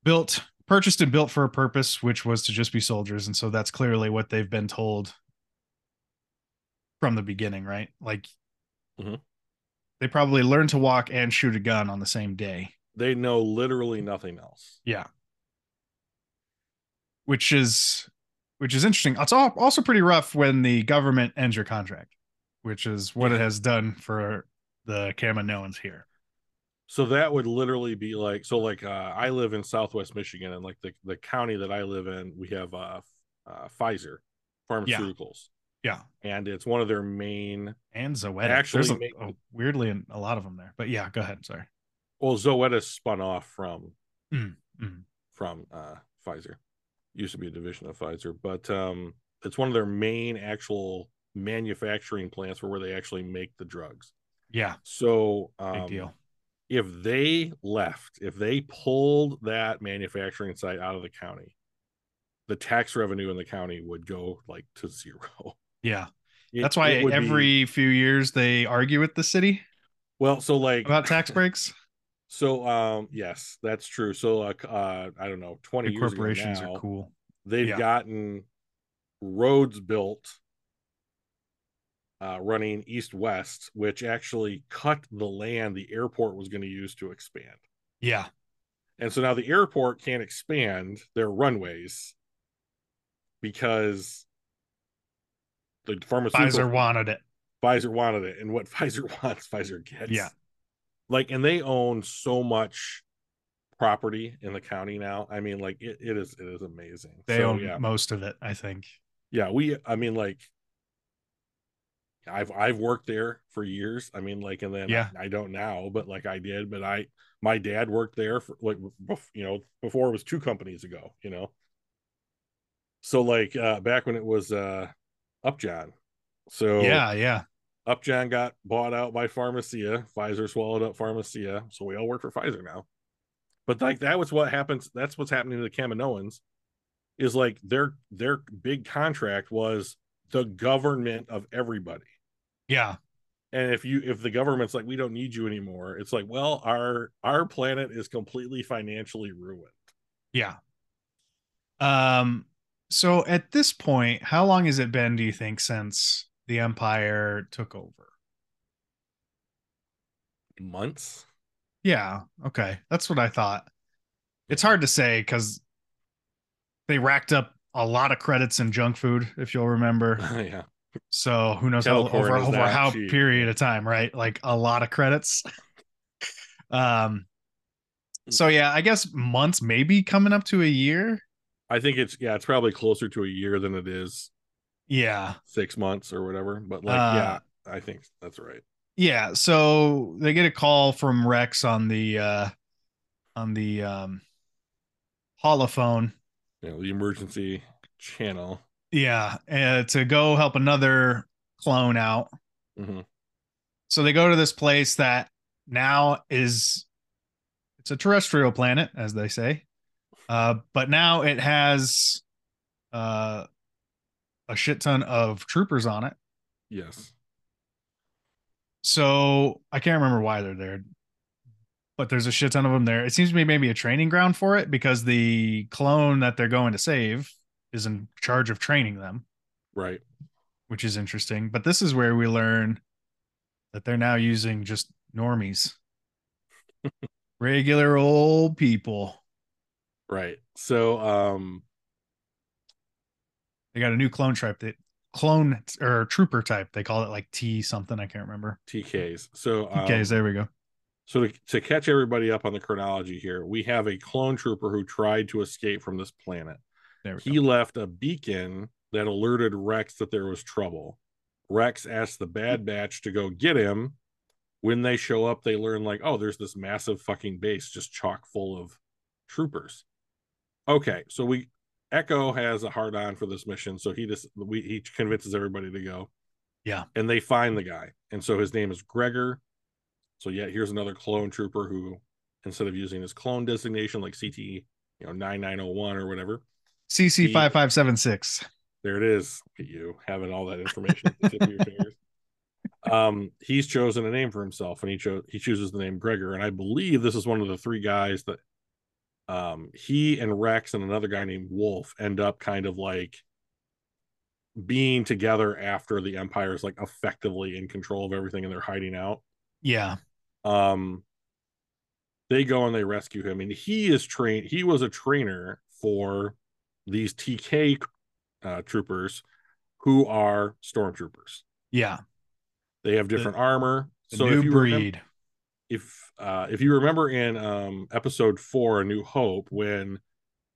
[SPEAKER 1] built purchased and built for a purpose which was to just be soldiers and so that's clearly what they've been told from the beginning right like
[SPEAKER 2] Mhm.
[SPEAKER 1] they probably learned to walk and shoot a gun on the same day
[SPEAKER 2] they know literally nothing else
[SPEAKER 1] which is which is interesting. It's al- also pretty rough when the government ends your contract, which is what it has done for the Kaminoans here.
[SPEAKER 2] so that would literally be like so like uh, i live in southwest michigan and like the, the county that i live in we have uh, uh pfizer pharmaceuticals
[SPEAKER 1] Yeah.
[SPEAKER 2] and it's one of their main
[SPEAKER 1] And Zoetis.
[SPEAKER 2] Actually
[SPEAKER 1] There's a-
[SPEAKER 2] make-
[SPEAKER 1] a- weirdly an- a lot of them there. But yeah, go ahead. Sorry.
[SPEAKER 2] well zoetis spun off from
[SPEAKER 1] Mm, mm.
[SPEAKER 2] from uh pfizer used to be a division of pfizer but um it's one of their main actual manufacturing plants for where they actually make the drugs
[SPEAKER 1] Yeah,
[SPEAKER 2] so
[SPEAKER 1] big
[SPEAKER 2] um,
[SPEAKER 1] deal.
[SPEAKER 2] if they left, if they pulled that manufacturing site out of the county, the tax revenue in the county would go like to zero.
[SPEAKER 1] Yeah.
[SPEAKER 2] It-
[SPEAKER 1] That's why
[SPEAKER 2] it would be-
[SPEAKER 1] every few years they argue with the city
[SPEAKER 2] well, so like
[SPEAKER 1] about tax breaks.
[SPEAKER 2] so um yes, that's true. So like uh I don't know, twenty
[SPEAKER 1] The
[SPEAKER 2] years ago
[SPEAKER 1] corporations
[SPEAKER 2] now,
[SPEAKER 1] are cool.
[SPEAKER 2] they've
[SPEAKER 1] Yeah.
[SPEAKER 2] gotten roads built uh running east west, which actually cut the land the airport was going to use to expand.
[SPEAKER 1] Yeah.
[SPEAKER 2] And so now the airport can't expand their runways because the pharmaceutical
[SPEAKER 1] Pfizer wanted it.
[SPEAKER 2] Pfizer wanted it, and what Pfizer wants, Pfizer gets.
[SPEAKER 1] Yeah.
[SPEAKER 2] Like, and they own so much property in the county now. I mean, like it, it is it is amazing.
[SPEAKER 1] They
[SPEAKER 2] So,
[SPEAKER 1] own
[SPEAKER 2] yeah.
[SPEAKER 1] most of it, I think.
[SPEAKER 2] Yeah, we I mean like I've I've worked there for years. I mean, like, and then
[SPEAKER 1] Yeah.
[SPEAKER 2] I, I don't now, but like I did, but I my dad worked there for like bef- you know, before it was two companies ago, you know. So like uh back when it was uh Upjohn. So
[SPEAKER 1] yeah, yeah.
[SPEAKER 2] Upjohn got bought out by Pharmacia. Pfizer swallowed up Pharmacia, so we all work for Pfizer now. But like that was what happens. That's what's happening to the Kaminoans, is like their their big contract was the government of everybody.
[SPEAKER 1] Yeah.
[SPEAKER 2] And if you if the government's like we don't need you anymore, it's like well our our planet is completely financially ruined.
[SPEAKER 1] Yeah. Um so at this point, how long has it been do you think since the empire took over?
[SPEAKER 2] Months.
[SPEAKER 1] Yeah, okay. That's what I thought. It's hard to say cuz they racked up a lot of credits in junk food if you'll remember.
[SPEAKER 2] yeah.
[SPEAKER 1] So who knows how,
[SPEAKER 2] Telecorn
[SPEAKER 1] over,
[SPEAKER 2] is
[SPEAKER 1] over
[SPEAKER 2] that
[SPEAKER 1] how
[SPEAKER 2] cheap.
[SPEAKER 1] period of time, right? Like a lot of credits. um. So yeah, I guess months, maybe coming up to a year.
[SPEAKER 2] I think it's yeah it's probably closer to a year than it is
[SPEAKER 1] Yeah,
[SPEAKER 2] six months or whatever. But like
[SPEAKER 1] Uh,
[SPEAKER 2] yeah, I think that's right.
[SPEAKER 1] yeah. So they get a call from Rex on the uh on the um holophone.
[SPEAKER 2] you know, the emergency channel.
[SPEAKER 1] Yeah, uh, to go help another clone out. So they go to this place that now is it's a terrestrial planet, as they say. Uh, but now it has uh a shit ton of troopers on it.
[SPEAKER 2] Yes.
[SPEAKER 1] So I can't remember why they're there, but there's a shit ton of them there. It seems to me maybe a training ground for it because the clone that they're going to save is in charge of training them.
[SPEAKER 2] Right.
[SPEAKER 1] which is interesting. But this is where we learn that they're now using just normies, regular old people.
[SPEAKER 2] Right. So um
[SPEAKER 1] They got a new clone type that clone or trooper type. They call it like T something. I can't remember.
[SPEAKER 2] TKs. So um,
[SPEAKER 1] Okay, there we go.
[SPEAKER 2] so to, to catch everybody up on the chronology here, we have a clone trooper who tried to escape from this planet.
[SPEAKER 1] There we
[SPEAKER 2] He
[SPEAKER 1] go.
[SPEAKER 2] left a beacon that alerted Rex that there was trouble. Rex asked the Bad Batch to go get him. When they show up, they learn, like, oh, there's this massive fucking base just chock full of troopers. Okay, so we Echo has a hard on for this mission, so he just we he convinces everybody to go.
[SPEAKER 1] Yeah.
[SPEAKER 2] And they find the guy. And so his name is Gregor. So yet here's another clone trooper who instead of using his clone designation like CT, you know, 9901 or whatever,
[SPEAKER 1] CC five five seven six.
[SPEAKER 2] there it is. Look at you having all that information at the tip of your fingers. Um, he's chosen a name for himself, and he chose he chooses the name Gregor. And I believe this is one of the three guys that, um, he and Rex and another guy named Wolf end up kind of like being together after the Empire is like effectively in control of everything, and they're hiding out
[SPEAKER 1] Yeah,
[SPEAKER 2] um they go and they rescue him and he is trained he was a trainer for these tk uh, troopers who are stormtroopers
[SPEAKER 1] yeah.
[SPEAKER 2] they have
[SPEAKER 1] The-
[SPEAKER 2] different armor
[SPEAKER 1] The
[SPEAKER 2] so
[SPEAKER 1] new
[SPEAKER 2] if you remem-
[SPEAKER 1] breed.
[SPEAKER 2] if uh if you remember in um episode four a new hope when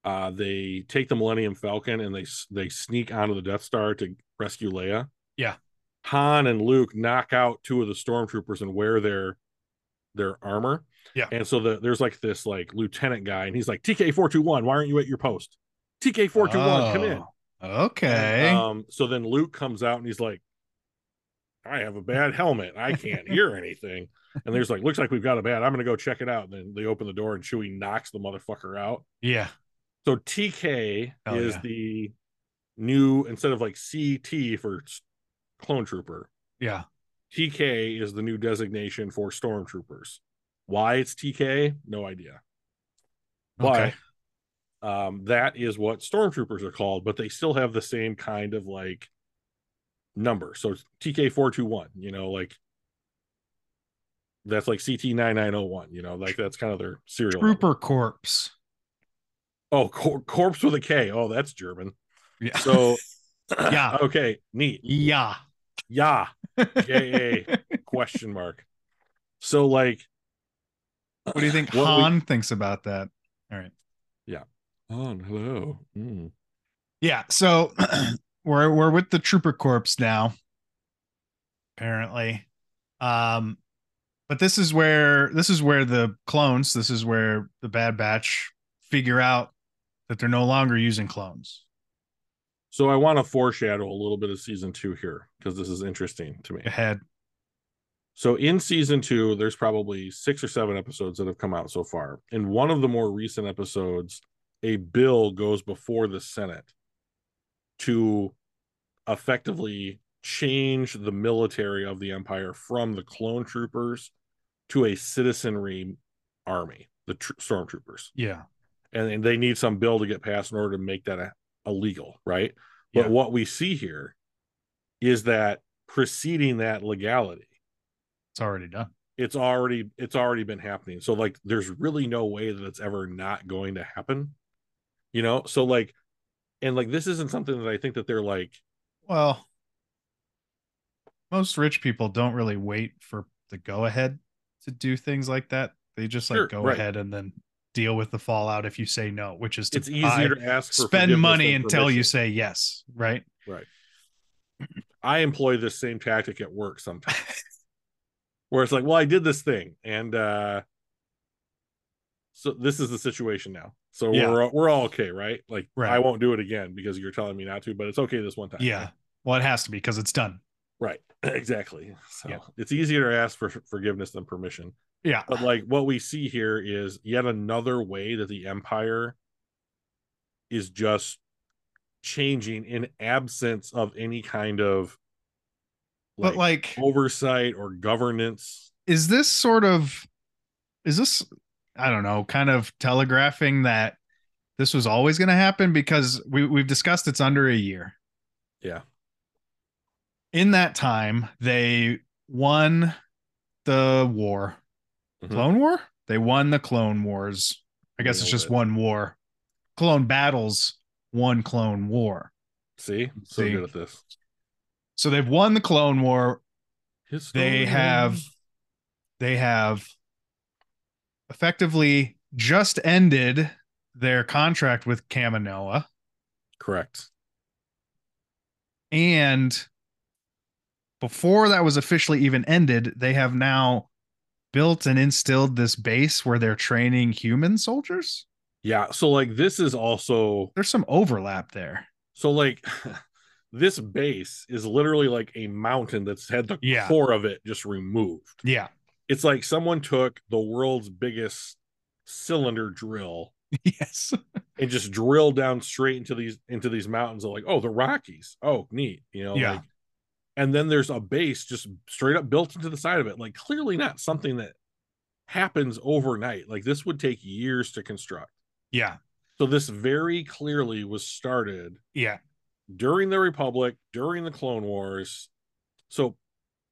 [SPEAKER 2] uh they take the millennium falcon and they s- they sneak onto the death star to rescue leia
[SPEAKER 1] Yeah.
[SPEAKER 2] han and luke knock out two of the stormtroopers and wear their their armor
[SPEAKER 1] Yeah.
[SPEAKER 2] and so the, there's like this like lieutenant guy and he's like tk421 why aren't you at your post tk421 come in
[SPEAKER 1] Oh, Okay.
[SPEAKER 2] um, so then Luke comes out and he's like, I have a bad helmet. I can't hear anything. And there's like, looks like we've got a bad. I'm going to go check it out. And then they open the door and Chewie knocks the motherfucker out.
[SPEAKER 1] yeah.
[SPEAKER 2] So TK
[SPEAKER 1] Hell
[SPEAKER 2] is
[SPEAKER 1] yeah.
[SPEAKER 2] the new, instead of like CT for s- clone trooper,
[SPEAKER 1] Yeah.
[SPEAKER 2] TK is the new designation for stormtroopers. Why it's TK, no idea.
[SPEAKER 1] Okay.
[SPEAKER 2] But um, that is what stormtroopers are called, but they still have the same kind of like number. So it's TK421, you know, like that's like CT9901, you know, like that's kind of their serial. number.
[SPEAKER 1] Trooper corpse.
[SPEAKER 2] Oh, cor- corpse with a K. Oh, that's German.
[SPEAKER 1] Yeah.
[SPEAKER 2] So
[SPEAKER 1] Yeah.
[SPEAKER 2] okay, neat.
[SPEAKER 1] yeah.
[SPEAKER 2] Yeah. J A question mark. So like
[SPEAKER 1] What do you think
[SPEAKER 2] What we-
[SPEAKER 1] Han thinks about that?
[SPEAKER 2] on oh, hello. Mm.
[SPEAKER 1] Yeah, so we're we're with the trooper corps now. Apparently. Um but this is where this is where the clones, this is where the bad batch figure out that they're no longer using clones.
[SPEAKER 2] So I want to foreshadow a little bit of season two here because this is interesting to me.
[SPEAKER 1] Ahead.
[SPEAKER 2] So in season two, there's probably six or seven episodes that have come out so far. In one of the more recent episodes, a bill goes before the Senate to effectively change the military of the empire from the clone troopers to a citizenry army, the tr- stormtroopers.
[SPEAKER 1] Yeah.
[SPEAKER 2] And, and they need some bill to get passed in order to make that a- illegal, right? But
[SPEAKER 1] Yeah.
[SPEAKER 2] what we see here is that preceding that legality,
[SPEAKER 1] It's already done.
[SPEAKER 2] it's already it's already been happening so like there's really no way that it's ever not going to happen you know so like and like this isn't something that i think that they're like
[SPEAKER 1] Well, most rich people don't really wait for the go ahead to do things like that. They just like
[SPEAKER 2] Sure,
[SPEAKER 1] go
[SPEAKER 2] right.
[SPEAKER 1] ahead and then deal with the fallout if you say no, which is to
[SPEAKER 2] it's
[SPEAKER 1] buy-
[SPEAKER 2] easier to ask for
[SPEAKER 1] spend
[SPEAKER 2] forgiveness
[SPEAKER 1] money
[SPEAKER 2] than
[SPEAKER 1] until you
[SPEAKER 2] permission.
[SPEAKER 1] say yes, right?
[SPEAKER 2] i employ this same tactic at work sometimes where it's like well i did this thing and uh so this is the situation now so
[SPEAKER 1] Yeah.
[SPEAKER 2] we're all, we're all okay right like
[SPEAKER 1] Right.
[SPEAKER 2] i won't do it again because you're telling me not to but it's okay this one time
[SPEAKER 1] Yeah. Well, it has to be because it's done.
[SPEAKER 2] right exactly so
[SPEAKER 1] Yeah.
[SPEAKER 2] it's easier to ask for forgiveness than permission
[SPEAKER 1] Yeah.
[SPEAKER 2] but like what we see here is yet another way that the empire is just changing in absence of any kind of
[SPEAKER 1] but like,
[SPEAKER 2] oversight or governance
[SPEAKER 1] is this sort of, is this, I don't know, kind of telegraphing that this was always going to happen because we, we've discussed it's under a year.
[SPEAKER 2] Yeah.
[SPEAKER 1] In that time, they won the war,
[SPEAKER 2] Mhm.
[SPEAKER 1] Clone War? They won the Clone Wars. I guess it's
[SPEAKER 2] Nailed
[SPEAKER 1] just
[SPEAKER 2] it.
[SPEAKER 1] one war. Clone battles, one Clone War.
[SPEAKER 2] see so
[SPEAKER 1] See.
[SPEAKER 2] good at this
[SPEAKER 1] So they've won the Clone War. They
[SPEAKER 2] Historian.
[SPEAKER 1] have they have effectively just ended their contract with Kaminoa
[SPEAKER 2] correct
[SPEAKER 1] and before that was officially even ended, they have now built and instilled this base where they're training human soldiers.
[SPEAKER 2] yeah so like this is also
[SPEAKER 1] There's some overlap there.
[SPEAKER 2] so like this base is literally like a mountain that's had the
[SPEAKER 1] Yeah.
[SPEAKER 2] core of it just removed
[SPEAKER 1] Yeah.
[SPEAKER 2] it's like someone took the world's biggest cylinder drill
[SPEAKER 1] Yes.
[SPEAKER 2] and just drilled down straight into these into these mountains of like oh the rockies oh neat you know
[SPEAKER 1] Yeah.
[SPEAKER 2] like and then there's a base just straight up built into the side of it like clearly not something that happens overnight like this would take years to construct
[SPEAKER 1] Yeah.
[SPEAKER 2] so this very clearly was started
[SPEAKER 1] Yeah.
[SPEAKER 2] during the republic during the clone wars so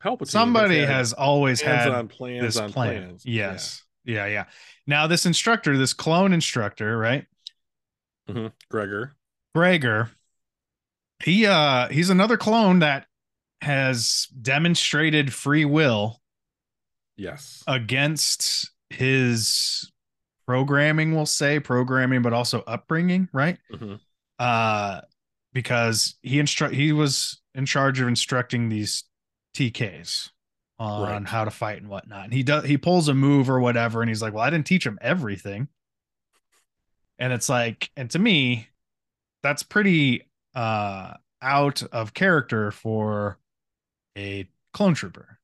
[SPEAKER 2] Palpatine
[SPEAKER 1] Somebody
[SPEAKER 2] had
[SPEAKER 1] has always
[SPEAKER 2] hands
[SPEAKER 1] had
[SPEAKER 2] on plans
[SPEAKER 1] this
[SPEAKER 2] on
[SPEAKER 1] plan.
[SPEAKER 2] plans Yeah.
[SPEAKER 1] Yes. Yeah. yeah, Now this instructor, this clone instructor, right?
[SPEAKER 2] Mhm. gregor
[SPEAKER 1] Gregor, he uh he's another clone that has demonstrated free will
[SPEAKER 2] yes
[SPEAKER 1] Uh, against his programming, we'll say programming, but also upbringing, right?
[SPEAKER 2] Mhm.
[SPEAKER 1] Uh, because he instruct he was in charge of instructing these TKs on
[SPEAKER 2] Right.
[SPEAKER 1] how to fight and whatnot. And he does he pulls a move or whatever, and he's like, "Well, I didn't teach him everything." And it's like, and to me, that's pretty uh out of character for a clone trooper,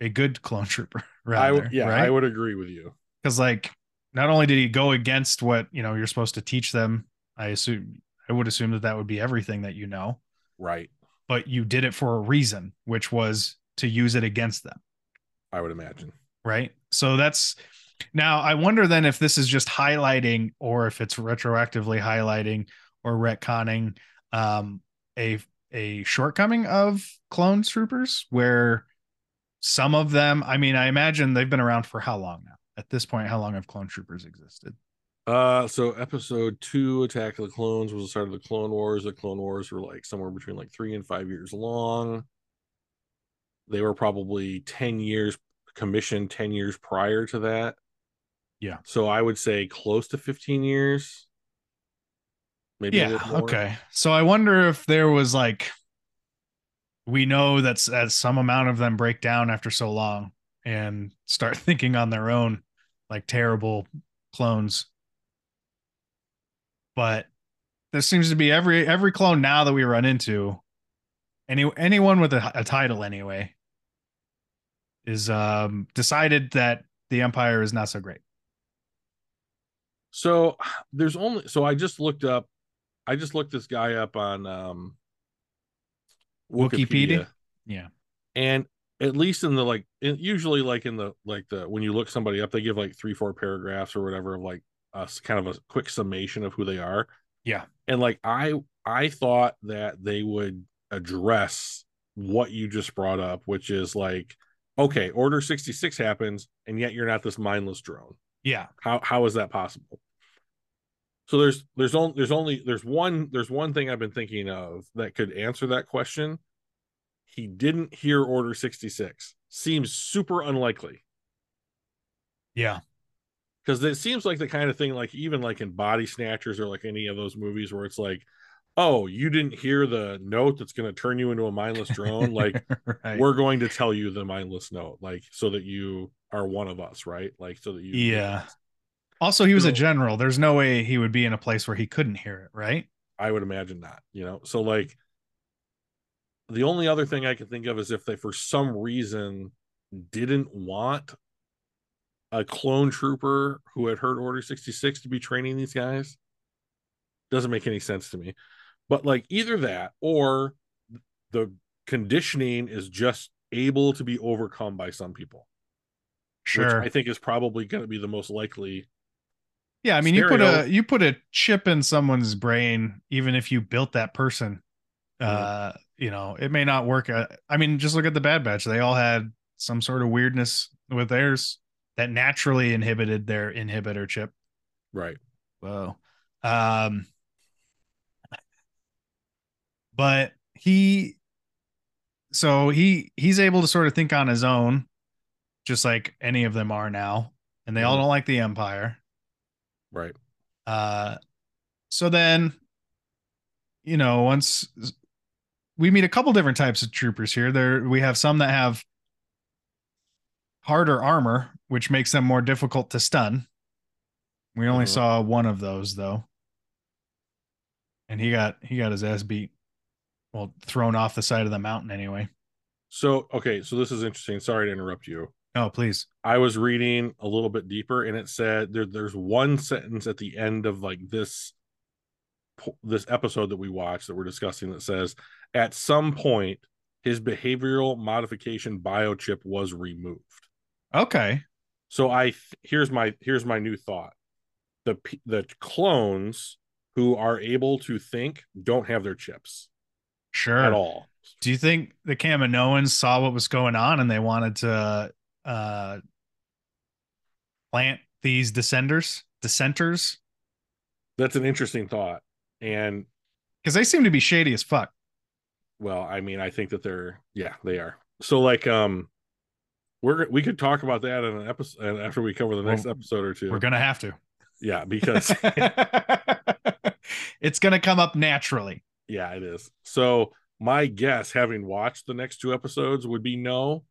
[SPEAKER 1] a good clone trooper.
[SPEAKER 2] I
[SPEAKER 1] Rather,
[SPEAKER 2] w- yeah,
[SPEAKER 1] right?
[SPEAKER 2] I would agree with you.
[SPEAKER 1] because like not only did he go against what you know you're supposed to teach them i assume i would assume that that would be everything that you know
[SPEAKER 2] Right,
[SPEAKER 1] but you did it for a reason which was to use it against them
[SPEAKER 2] I would imagine.
[SPEAKER 1] right so that's now i wonder then if this is just highlighting or if it's retroactively highlighting or retconning um a a shortcoming of clone troopers where some of them i mean i imagine they've been around for how long now at this point how long have clone troopers existed
[SPEAKER 2] Uh, so episode two, Attack of the Clones, was the start of the Clone Wars. The Clone Wars were like somewhere between like three and five years long. They were probably 10 years commissioned, 10 years prior to that.
[SPEAKER 1] Yeah.
[SPEAKER 2] So I would say close to 15 years. Maybe a
[SPEAKER 1] yeah.
[SPEAKER 2] little more.
[SPEAKER 1] Okay. So I wonder if there was like, we know that's as some amount of them break down after so long and start thinking on their own, like terrible clones. But there seems to be every every clone now that we run into, any anyone with a, a title anyway, is um decided that the empire is not so great.
[SPEAKER 2] So there's only so I just looked up I just looked this guy up on um
[SPEAKER 1] Wikipedia? Yeah.
[SPEAKER 2] And at least in the like in, usually like in the like the when you look somebody up they give like 3 4 paragraphs or whatever of like us kind of a quick summation of who they are.
[SPEAKER 1] Yeah.
[SPEAKER 2] And like I I thought that they would address what you just brought up which is like okay, order 66 happens and yet you're not this mindless drone
[SPEAKER 1] Yeah.
[SPEAKER 2] how how is that possible so there's there's only there's only there's one there's one thing i've been thinking of that could answer that question he didn't hear order 66 seems super unlikely
[SPEAKER 1] Yeah.
[SPEAKER 2] because it seems like the kind of thing like even like in body snatchers or like any of those movies where it's like oh you didn't hear the note that's going to turn you into a mindless drone like
[SPEAKER 1] Right.
[SPEAKER 2] we're going to tell you the mindless note like so that you are one of us right like so that you
[SPEAKER 1] Yeah. Also, he was a
[SPEAKER 2] So-
[SPEAKER 1] general. There's no way he would be in a place where he couldn't hear it, right?
[SPEAKER 2] I would imagine not, you know. So like the only other thing I can think of is if they for some reason didn't want a clone trooper who had heard Order 66 to be training these guys. Doesn't make any sense to me. But like either that or the conditioning is just able to be overcome by some people.
[SPEAKER 1] Sure.
[SPEAKER 2] Which I think is probably going to be the most likely.
[SPEAKER 1] yeah, I mean, you put
[SPEAKER 2] stereo-
[SPEAKER 1] a you put a chip in someone's brain, even if you built that person. Uh, you know, it may not work. Uh, I mean, just look at the Bad Batch. They all had some sort of weirdness with theirs that naturally inhibited their inhibitor chip.
[SPEAKER 2] Right.
[SPEAKER 1] Whoa. Um, but he, so he he's able to sort of think on his own, just like any of them are now, and they all
[SPEAKER 2] Mhm.
[SPEAKER 1] don't like the empire.
[SPEAKER 2] Right.
[SPEAKER 1] Uh, so then, you know, once we meet a couple different types of troopers here, there we have some that have harder armor, which makes them more difficult to stun. We only
[SPEAKER 2] Mhm.
[SPEAKER 1] saw one of those though, and he got he got his ass beat, well, thrown off the side of the mountain anyway.
[SPEAKER 2] So okay, so this is interesting. Sorry to interrupt you.
[SPEAKER 1] Oh, please,
[SPEAKER 2] I was reading a little bit deeper, and it said there, there's one sentence at the end of like this po- this episode that we watched that we're discussing that says at some point his behavioral modification biochip was removed.
[SPEAKER 1] okay,
[SPEAKER 2] So I th- here's my here's my new thought: the p- the clones who are able to think don't have their chips
[SPEAKER 1] sure.
[SPEAKER 2] at all.
[SPEAKER 1] Do you think the Kaminoans saw what was going on and they wanted to uh, plant these dissenters, dissenters?
[SPEAKER 2] That's an interesting thought, and
[SPEAKER 1] Because they seem to be shady as fuck.
[SPEAKER 2] well i mean i think that they're yeah they are so like um we're we could talk about that in an episode after we cover the next
[SPEAKER 1] Well,
[SPEAKER 2] episode or 2
[SPEAKER 1] We're gonna have to.
[SPEAKER 2] yeah because
[SPEAKER 1] it's gonna come up naturally.
[SPEAKER 2] yeah it is so my guess having watched the next two episodes would be no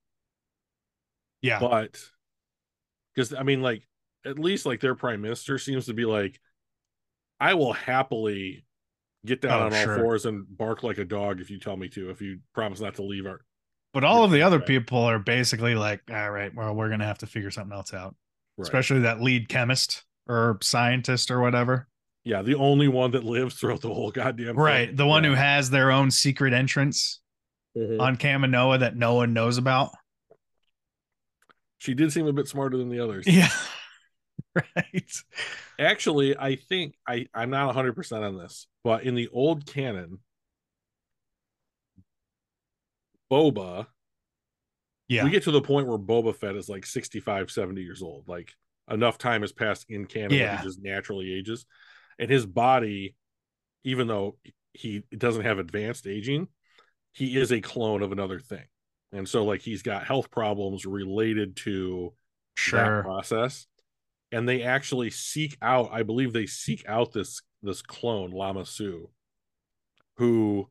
[SPEAKER 1] Yeah.
[SPEAKER 2] but because i mean like at least like their prime minister seems to be like i will happily get down
[SPEAKER 1] Oh,
[SPEAKER 2] on
[SPEAKER 1] sure.
[SPEAKER 2] all fours and bark like a dog if you tell me to if you promise not to leave our
[SPEAKER 1] but all of the other
[SPEAKER 2] Right.
[SPEAKER 1] people are basically like, all right, well, we're gonna have to figure something else out.
[SPEAKER 2] right.
[SPEAKER 1] Especially that lead chemist or scientist or whatever.
[SPEAKER 2] yeah the only one that lives throughout the whole goddamn
[SPEAKER 1] Right.
[SPEAKER 2] thing.
[SPEAKER 1] The one
[SPEAKER 2] Yeah.
[SPEAKER 1] who has their own secret entrance on Kaminoa that no one knows about.
[SPEAKER 2] she did seem a bit smarter than the others.
[SPEAKER 1] Yeah. right.
[SPEAKER 2] Actually, I think I I'm not 100% on this, but in the old canon Boba,
[SPEAKER 1] Yeah.
[SPEAKER 2] we get to the point where Boba Fett is like 65, 70 years old. Like enough time has passed in Canada that
[SPEAKER 1] Yeah.
[SPEAKER 2] he just naturally ages. And his body, even though he doesn't have advanced aging, he is a clone of another thing. And so like he's got health problems related to that
[SPEAKER 1] Sure.
[SPEAKER 2] process. And they actually seek out, I believe they seek out this this clone, Lama Su, who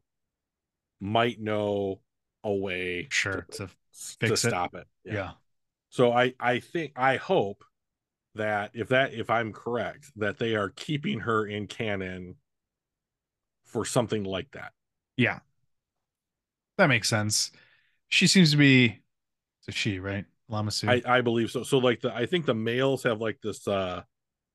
[SPEAKER 2] might know a way
[SPEAKER 1] Sure. It's a,
[SPEAKER 2] to, to
[SPEAKER 1] Fix it.
[SPEAKER 2] stop it.
[SPEAKER 1] yeah.
[SPEAKER 2] So I I think I hope that if that if I'm correct that they are keeping her in canon for something like that.
[SPEAKER 1] That makes sense. She seems to be it's a she, right? Lama Sue.
[SPEAKER 2] I I believe so. So like the I think the males have like this uh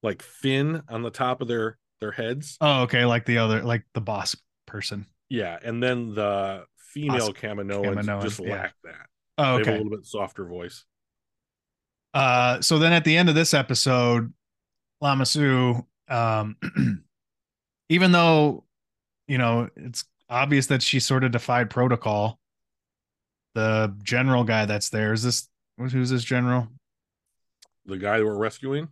[SPEAKER 2] like fin on the top of their their heads.
[SPEAKER 1] oh, okay. Like the other, like the boss person.
[SPEAKER 2] Yeah, and then the female
[SPEAKER 1] Awesome.
[SPEAKER 2] Kaminoans
[SPEAKER 1] Kaminoan,
[SPEAKER 2] just
[SPEAKER 1] yeah.
[SPEAKER 2] lack that.
[SPEAKER 1] Oh,
[SPEAKER 2] They
[SPEAKER 1] okay.
[SPEAKER 2] have a little bit softer voice.
[SPEAKER 1] Uh, so then at the end of this episode, Lamassu, um, even though you know it's obvious that she sort of defied protocol, the general guy that's there is this who's this general?
[SPEAKER 2] The guy that we're rescuing?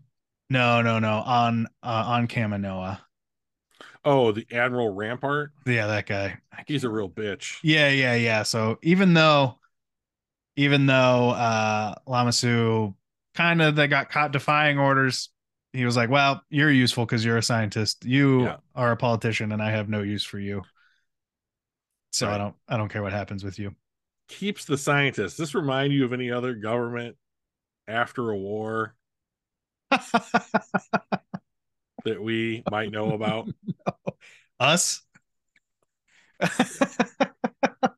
[SPEAKER 1] No, no, no, on uh, on Kaminoa.
[SPEAKER 2] Oh, the Admiral Rampart.
[SPEAKER 1] Yeah, that guy. I
[SPEAKER 2] He's a
[SPEAKER 1] can't-
[SPEAKER 2] real bitch.
[SPEAKER 1] Yeah, yeah, yeah. So even though, even though uh Lamassu kind of they got caught defying orders, he was like, "Well, you're useful because you're a scientist. You
[SPEAKER 2] Yeah.
[SPEAKER 1] are a politician, and I have no use for you. So I
[SPEAKER 2] Right.
[SPEAKER 1] don't, I don't care what happens with you."
[SPEAKER 2] keeps the scientists. This remind you of any other government after a war that we might know about?
[SPEAKER 1] Us.
[SPEAKER 2] I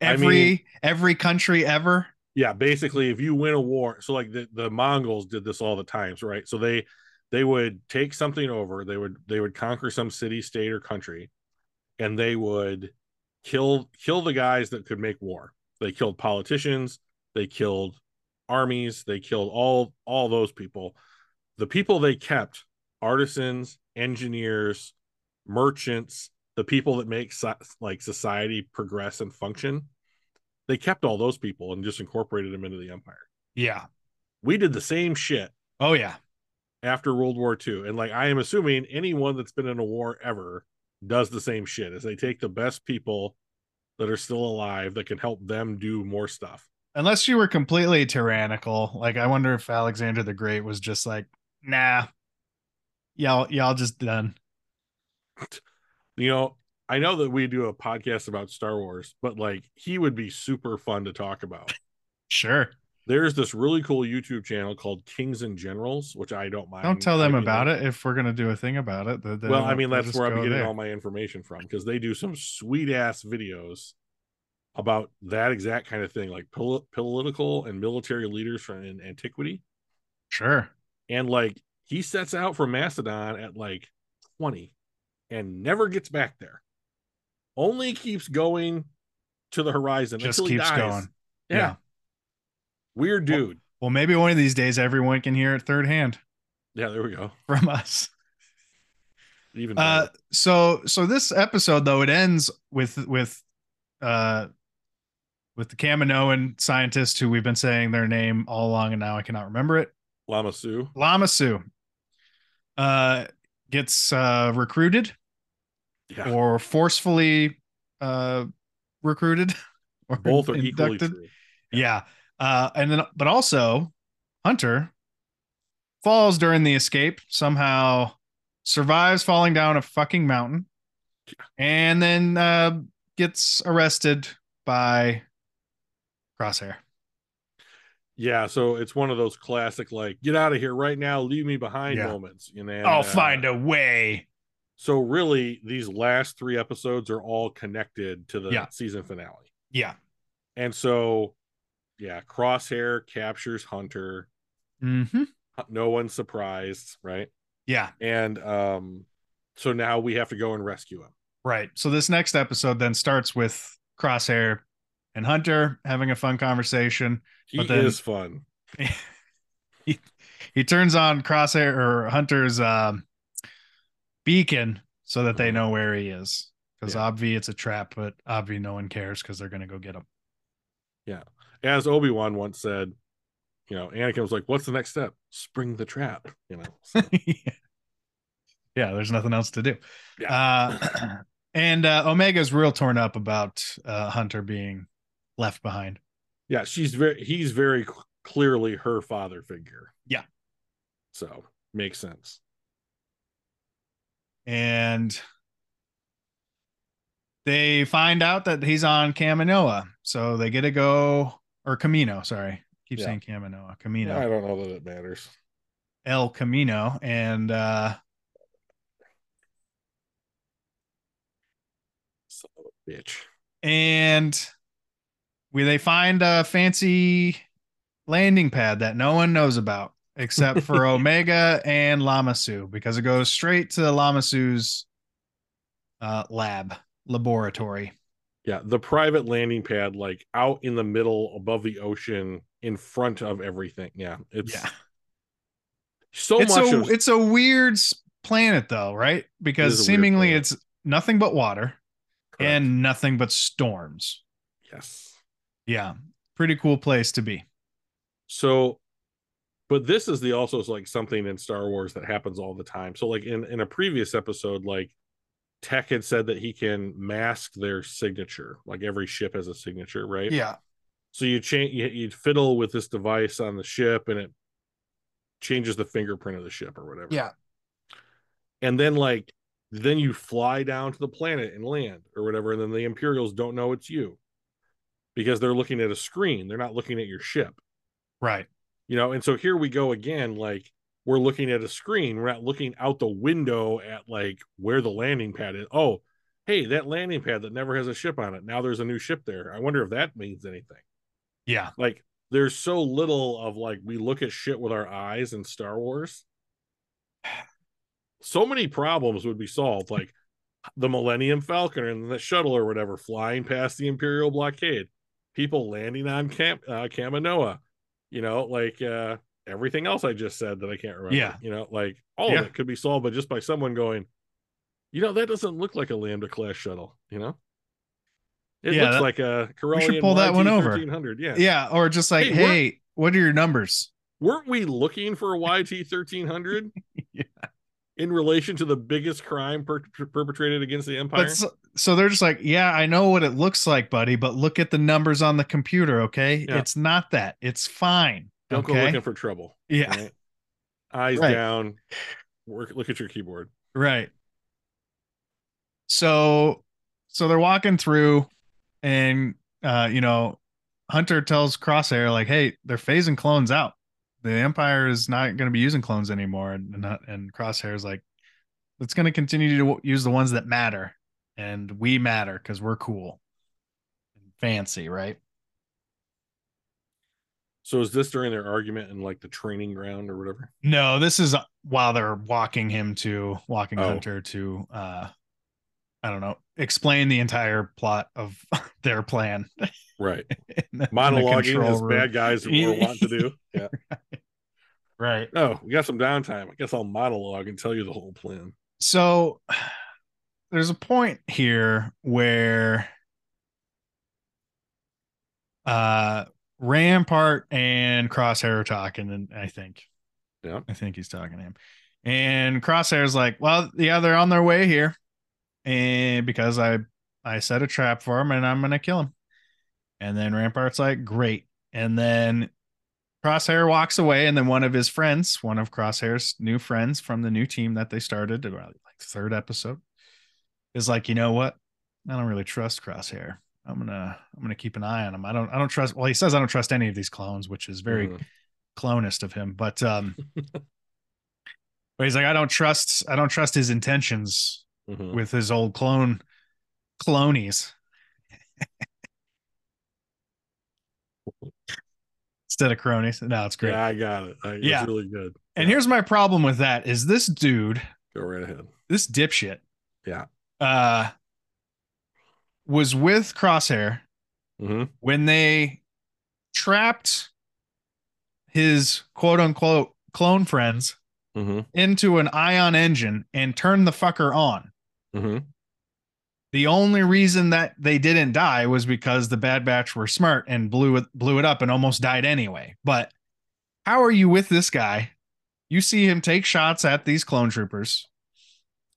[SPEAKER 1] every
[SPEAKER 2] mean-
[SPEAKER 1] every country ever.
[SPEAKER 2] yeah, basically, if you win a war, so like the, the Mongols did this all the times, right? So they they would take something over, they would they would conquer some city, state, or country, and they would kill kill the guys that could make war. They killed politicians, they killed armies, they killed all all those people. The people they kept, artisans, engineers, merchants, the people that make so- like society progress and function, they kept all those people and just incorporated them into the empire.
[SPEAKER 1] Yeah.
[SPEAKER 2] We did the same shit
[SPEAKER 1] Oh yeah.
[SPEAKER 2] after World War II. And like I am assuming anyone that's been in a war ever does the same shit is they take the best people that are still alive that can help them do more stuff.
[SPEAKER 1] unless you were completely tyrannical like i wonder if alexander the great was just like nah y'all y'all just done
[SPEAKER 2] You know, I know that we do a podcast about Star Wars, but like he would be super fun to talk about.
[SPEAKER 1] sure
[SPEAKER 2] There's this really cool YouTube channel called Kings and Generals, which I don't mind.
[SPEAKER 1] don't tell them
[SPEAKER 2] plugging
[SPEAKER 1] about
[SPEAKER 2] in.
[SPEAKER 1] it if we're gonna do a thing about it Th- then
[SPEAKER 2] Well, I
[SPEAKER 1] we'll-
[SPEAKER 2] mean,
[SPEAKER 1] we'll
[SPEAKER 2] that's
[SPEAKER 1] just
[SPEAKER 2] where I'm
[SPEAKER 1] go
[SPEAKER 2] getting
[SPEAKER 1] there.
[SPEAKER 2] all my information from because they do some sweet ass videos about that exact kind of thing, like pol- political and military leaders from in antiquity.
[SPEAKER 1] sure
[SPEAKER 2] And like he sets out for Macedon at like 20 and never gets back there, only keeps going to the horizon
[SPEAKER 1] just
[SPEAKER 2] until he
[SPEAKER 1] keeps
[SPEAKER 2] dies.
[SPEAKER 1] going
[SPEAKER 2] Yeah.
[SPEAKER 1] Yeah.
[SPEAKER 2] Weird
[SPEAKER 1] Well-
[SPEAKER 2] dude.
[SPEAKER 1] well maybe one of these days everyone can hear it third hand
[SPEAKER 2] Yeah, there we go.
[SPEAKER 1] from us
[SPEAKER 2] Even
[SPEAKER 1] uh
[SPEAKER 2] better.
[SPEAKER 1] so so this episode though it ends with with uh with the Kaminoan scientist who we've been saying their name all along and now I cannot remember it.
[SPEAKER 2] Lama Sue.
[SPEAKER 1] Lamassu uh, gets uh, recruited
[SPEAKER 2] Yeah.
[SPEAKER 1] or forcefully uh, recruited or
[SPEAKER 2] Both are equally
[SPEAKER 1] inducted.
[SPEAKER 2] true.
[SPEAKER 1] Yeah. Uh, and then, but also, Hunter falls during the escape, somehow survives falling down a fucking mountain, and then uh, gets arrested by Crosshair.
[SPEAKER 2] Yeah, so it's one of those classic like get out of here right now, leave me behind
[SPEAKER 1] Yeah.
[SPEAKER 2] moments. You know, uh,
[SPEAKER 1] I'll find a way.
[SPEAKER 2] So really, these last three episodes are all connected to the
[SPEAKER 1] Yeah.
[SPEAKER 2] season finale,
[SPEAKER 1] Yeah.
[SPEAKER 2] and so yeah, Crosshair captures Hunter. uh,
[SPEAKER 1] hmm
[SPEAKER 2] No one's surprised, right?
[SPEAKER 1] Yeah.
[SPEAKER 2] And um, so now we have to go and rescue him.
[SPEAKER 1] Right. So this next episode then starts with Crosshair and Hunter having a fun conversation.
[SPEAKER 2] He
[SPEAKER 1] But then-
[SPEAKER 2] is fun.
[SPEAKER 1] He turns on Crosshair or Hunter's um, beacon so that they
[SPEAKER 2] Mhm.
[SPEAKER 1] know where he is. Because
[SPEAKER 2] Yeah.
[SPEAKER 1] obvi it's a trap, but obvi no one cares because they're gonna go get him.
[SPEAKER 2] As Obi Wan once said, you know, Anakin was like, "What's the next step? Spring the trap." You know, so,
[SPEAKER 1] yeah. there's nothing else to do. Uh, and uh, Omega's real torn up about uh, Hunter being left behind.
[SPEAKER 2] yeah, she's very, he's very c- clearly her father figure.
[SPEAKER 1] Yeah.
[SPEAKER 2] so makes sense.
[SPEAKER 1] And they find out that he's on Caminoa. So they get to go, or Camino, sorry. Keep
[SPEAKER 2] Yeah.
[SPEAKER 1] saying Caminoa, Camino,
[SPEAKER 2] I don't know that it matters.
[SPEAKER 1] El Camino. And uh,
[SPEAKER 2] Son of a bitch.
[SPEAKER 1] and we they find a fancy landing pad that no one knows about except for Omega and Lamasu because it goes straight to Lamasu's uh, lab laboratory.
[SPEAKER 2] Yeah, the private landing pad, like out in the middle above the ocean, in front of everything. Yeah, it's
[SPEAKER 1] Yeah,
[SPEAKER 2] so
[SPEAKER 1] it's
[SPEAKER 2] much.
[SPEAKER 1] a
[SPEAKER 2] of,
[SPEAKER 1] it's a weird s- planet though, right?
[SPEAKER 2] is a
[SPEAKER 1] Because
[SPEAKER 2] weird
[SPEAKER 1] seemingly
[SPEAKER 2] planet.
[SPEAKER 1] it's nothing but water and nothing but storms.
[SPEAKER 2] yes,
[SPEAKER 1] Yeah, pretty cool place to be.
[SPEAKER 2] So, but this is the also is, like something in Star Wars that happens all the time. So, like in in a previous episode, like Tech had said that he can mask their signature. Like every ship has a signature, right?
[SPEAKER 1] Yeah,
[SPEAKER 2] So you change, you, you fiddle with this device on the ship, and it changes the fingerprint of the ship or whatever.
[SPEAKER 1] Yeah.
[SPEAKER 2] And then like then you fly down to the planet and land or whatever, and then the Imperials don't know it's you because they're looking at a screen. They're not looking at your ship
[SPEAKER 1] right.
[SPEAKER 2] you know and so here we go again like we're looking at a screen we're not looking out the window at like where the landing pad is oh hey that landing pad that never has a ship on it now there's a new ship there i wonder if that means anything
[SPEAKER 1] Yeah,
[SPEAKER 2] like there's so little of like we look at shit with our eyes in star wars so many problems would be solved like the millennium falcon and the shuttle or whatever flying past the imperial blockade people landing on camp uh, kaminoa you know like uh everything else i just said that i can't remember
[SPEAKER 1] Yeah.
[SPEAKER 2] you know like all
[SPEAKER 1] Yeah.
[SPEAKER 2] of it could be solved but just by someone going you know that doesn't look like a lambda class shuttle you know it
[SPEAKER 1] Yeah,
[SPEAKER 2] looks
[SPEAKER 1] that-
[SPEAKER 2] like a Corellian
[SPEAKER 1] pull that one over.
[SPEAKER 2] YT-1300, yeah
[SPEAKER 1] yeah, or just like,
[SPEAKER 2] Hey, we're-
[SPEAKER 1] hey what are your numbers?
[SPEAKER 2] weren't we looking for a YT thirteen hundred
[SPEAKER 1] Yeah.
[SPEAKER 2] in relation to the biggest crime per- perpetrated against the empire?
[SPEAKER 1] But so, so they're just like, yeah, I know what it looks like, buddy, but look at the numbers on the computer, okay?
[SPEAKER 2] Yeah.
[SPEAKER 1] It's not that. It's fine.
[SPEAKER 2] Don't go
[SPEAKER 1] okay.
[SPEAKER 2] looking for trouble.
[SPEAKER 1] yeah.
[SPEAKER 2] right? Eyes
[SPEAKER 1] Right.
[SPEAKER 2] down. Work. Look at your keyboard.
[SPEAKER 1] Right. So so they're walking through and uh you know, Hunter tells Crosshair like, "Hey, they're phasing clones out. The Empire is not going to be using clones anymore." And and, Hun- and Crosshair's like, "It's going to continue to w- use the ones that matter, and we matter cuz we're cool." and Fancy, right?
[SPEAKER 2] So is this during their argument in like the training ground or whatever?
[SPEAKER 1] No, this is while they're walking him to walking
[SPEAKER 2] Oh.
[SPEAKER 1] Hunter to uh I don't know, explain the entire plot of their plan. in
[SPEAKER 2] Right.
[SPEAKER 1] the- in the
[SPEAKER 2] Monologuing
[SPEAKER 1] control
[SPEAKER 2] as
[SPEAKER 1] room.
[SPEAKER 2] bad guys were want to do. Yeah.
[SPEAKER 1] Right.
[SPEAKER 2] Oh, we got some downtime. I guess I'll monologue and tell you the whole plan.
[SPEAKER 1] So there's a point here where uh Rampart and Crosshair are talking, and I think.
[SPEAKER 2] Yeah.
[SPEAKER 1] I think he's talking to him. And Crosshair's like, Well, yeah, they're on their way here. And because I I set a trap for him and I'm gonna kill him. And then Rampart's like, Great. And then Crosshair walks away, and then one of his friends, one of Crosshair's new friends from the new team that they started, around, like third episode, is like, you know what? I don't really trust Crosshair. I'm gonna I'm gonna keep an eye on him. I don't I don't trust. Well, he says I don't trust any of these clones, which is very
[SPEAKER 2] Mhm.
[SPEAKER 1] clonist of him. But um, but he's like, I don't trust I don't trust his intentions
[SPEAKER 2] Mhm.
[SPEAKER 1] with his old clone clonies. Instead of cronies. No, it's great.
[SPEAKER 2] Yeah, I got it. I,
[SPEAKER 1] Yeah.
[SPEAKER 2] It's really good.
[SPEAKER 1] And here's my problem with that is this dude,
[SPEAKER 2] Go right ahead.
[SPEAKER 1] this dipshit,
[SPEAKER 2] Yeah.
[SPEAKER 1] uh, was with Crosshair
[SPEAKER 2] hmm
[SPEAKER 1] when they trapped his quote unquote clone friends
[SPEAKER 2] hmm
[SPEAKER 1] into an ion engine and turned the fucker on.
[SPEAKER 2] hmm
[SPEAKER 1] The only reason that they didn't die was because the Bad Batch were smart and blew it blew it up and almost died anyway. But How are you with this guy? You see him take shots at these clone troopers,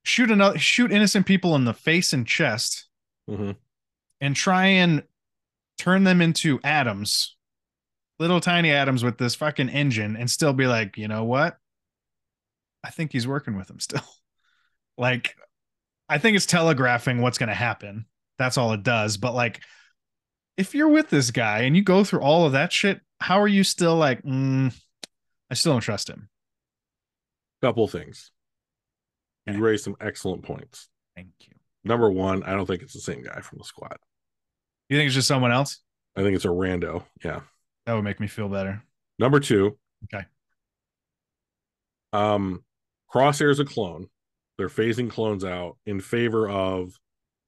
[SPEAKER 1] shoot another, shoot innocent people in the face and chest,
[SPEAKER 2] hmm
[SPEAKER 1] and try and turn them into atoms, little tiny atoms with this fucking engine, and still be like, you know what? I think he's working with them still. like, I think it's telegraphing what's going to happen. That's all it does. But like, if you're with this guy and you go through all of that shit, how are you still like, mm, I still don't trust him?
[SPEAKER 2] Couple things.
[SPEAKER 1] Okay.
[SPEAKER 2] You raised some excellent points.
[SPEAKER 1] Thank you.
[SPEAKER 2] Number one, I don't think it's the same guy from the squad.
[SPEAKER 1] You think it's just someone else?
[SPEAKER 2] I think it's a rando. Yeah.
[SPEAKER 1] That would make me feel better.
[SPEAKER 2] Number two.
[SPEAKER 1] Okay.
[SPEAKER 2] Um, Crosshair's a clone. They're phasing clones out in favor of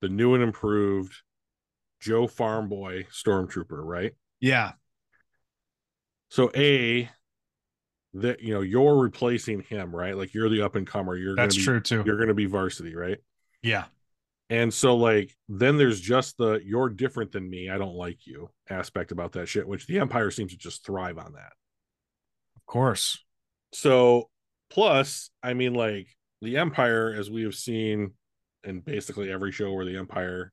[SPEAKER 2] the new and improved Joe Farm Boy Stormtrooper, right?
[SPEAKER 1] Yeah.
[SPEAKER 2] So a that you know you're replacing him, right? Like you're the up and comer. You're
[SPEAKER 1] That's
[SPEAKER 2] gonna be,
[SPEAKER 1] true too.
[SPEAKER 2] You're going to be varsity, right?
[SPEAKER 1] Yeah.
[SPEAKER 2] And so like then there's just the you're different than me, I don't like you aspect about that shit, which the Empire seems to just thrive on that.
[SPEAKER 1] Of course.
[SPEAKER 2] So plus, I mean like the Empire, as we have seen in basically every show where the Empire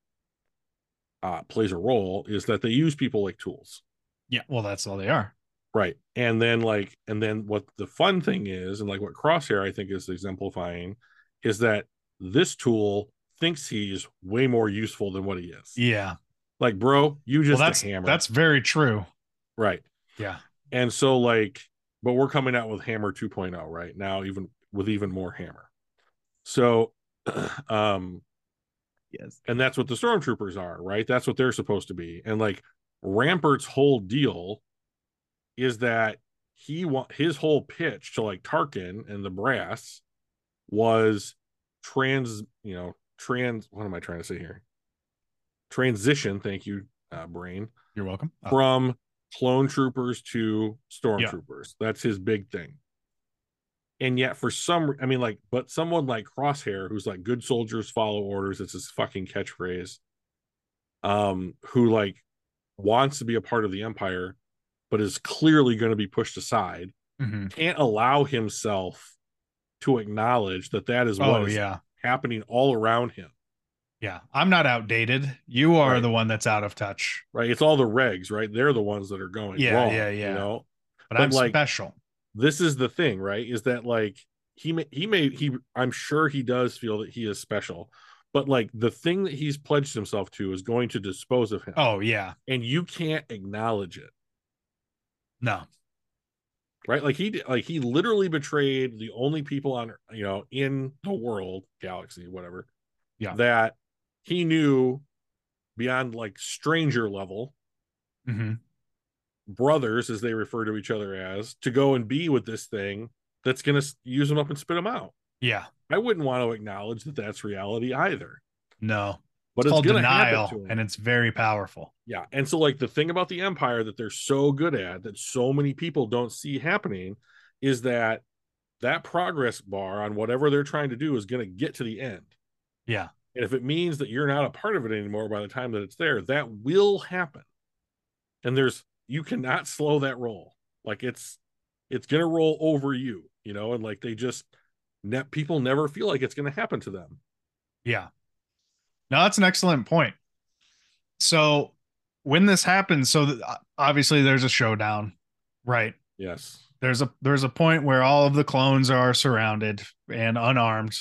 [SPEAKER 2] uh plays a role, is that they use people like tools.
[SPEAKER 1] Yeah. Well, that's all they are.
[SPEAKER 2] Right. And then like and then what the fun thing is, and like what Crosshair I think is exemplifying, is that this tool thinks he's way more useful than what he is.
[SPEAKER 1] Yeah.
[SPEAKER 2] Like, bro, you just
[SPEAKER 1] well, that's
[SPEAKER 2] a hammer.
[SPEAKER 1] that's very true.
[SPEAKER 2] right.
[SPEAKER 1] Yeah.
[SPEAKER 2] And so like, but we're coming out with hammer 2.0 right now, even with even more hammer. So um
[SPEAKER 1] Yes.
[SPEAKER 2] and that's what the stormtroopers are, right? That's what they're supposed to be. And like Rampart's whole deal is that he want his whole pitch to like Tarkin and the brass was trans, you know, trans what am I trying to say here? Transition, thank you, uh, brain
[SPEAKER 1] You're welcome. Uh,
[SPEAKER 2] from clone troopers to stormtroopers. That's his big thing. And yet, for some, I mean, like, but someone like Crosshair, who's like, "Good soldiers follow orders," it's his fucking catchphrase. Um, who like wants to be a part of the empire, but is clearly going to be pushed aside.
[SPEAKER 1] mhm.
[SPEAKER 2] Can't allow himself to acknowledge that that is what
[SPEAKER 1] Oh
[SPEAKER 2] is
[SPEAKER 1] yeah.
[SPEAKER 2] happening all around him.
[SPEAKER 1] Yeah. I'm not outdated. You are
[SPEAKER 2] Right.
[SPEAKER 1] the one that's out of touch.
[SPEAKER 2] Right? It's all the regs, right? They're the ones that are going
[SPEAKER 1] Yeah,
[SPEAKER 2] wrong.
[SPEAKER 1] yeah, yeah.
[SPEAKER 2] You know,
[SPEAKER 1] But,
[SPEAKER 2] But,
[SPEAKER 1] I'm
[SPEAKER 2] like,
[SPEAKER 1] special.
[SPEAKER 2] this is the thing, right? Is that like he may he may he I'm sure he does feel that he is special, but like the thing that he's pledged himself to is going to dispose of him,
[SPEAKER 1] Oh yeah.
[SPEAKER 2] and you can't acknowledge it,
[SPEAKER 1] No.
[SPEAKER 2] right? Like he like he literally betrayed the only people on you know in the world, galaxy, whatever,
[SPEAKER 1] Yeah.
[SPEAKER 2] that he knew beyond like stranger level
[SPEAKER 1] hmm
[SPEAKER 2] brothers as they refer to each other as to go and be with this thing that's going to use him up and spit him out.
[SPEAKER 1] Yeah.
[SPEAKER 2] I wouldn't want to acknowledge that that's reality either.
[SPEAKER 1] No.
[SPEAKER 2] But
[SPEAKER 1] it's
[SPEAKER 2] it's,
[SPEAKER 1] called
[SPEAKER 2] going to happen
[SPEAKER 1] denial,
[SPEAKER 2] to 'em.
[SPEAKER 1] and it's very powerful.
[SPEAKER 2] yeah, and so like the thing about the empire that they're so good at that so many people don't see happening is that that progress bar on whatever they're trying to do is going to get to the end.
[SPEAKER 1] Yeah.
[SPEAKER 2] And if it means that you're not a part of it anymore by the time that it's there, that will happen. And there's you cannot slow that roll. Like it's it's going to roll over you, you know, and like they just ne- people never feel like it's going to happen to them.
[SPEAKER 1] Yeah. No, that's an excellent point. So when this happens, so th- obviously there's a showdown, right?
[SPEAKER 2] Yes.
[SPEAKER 1] There's a there's a point where all of the clones are surrounded and unarmed,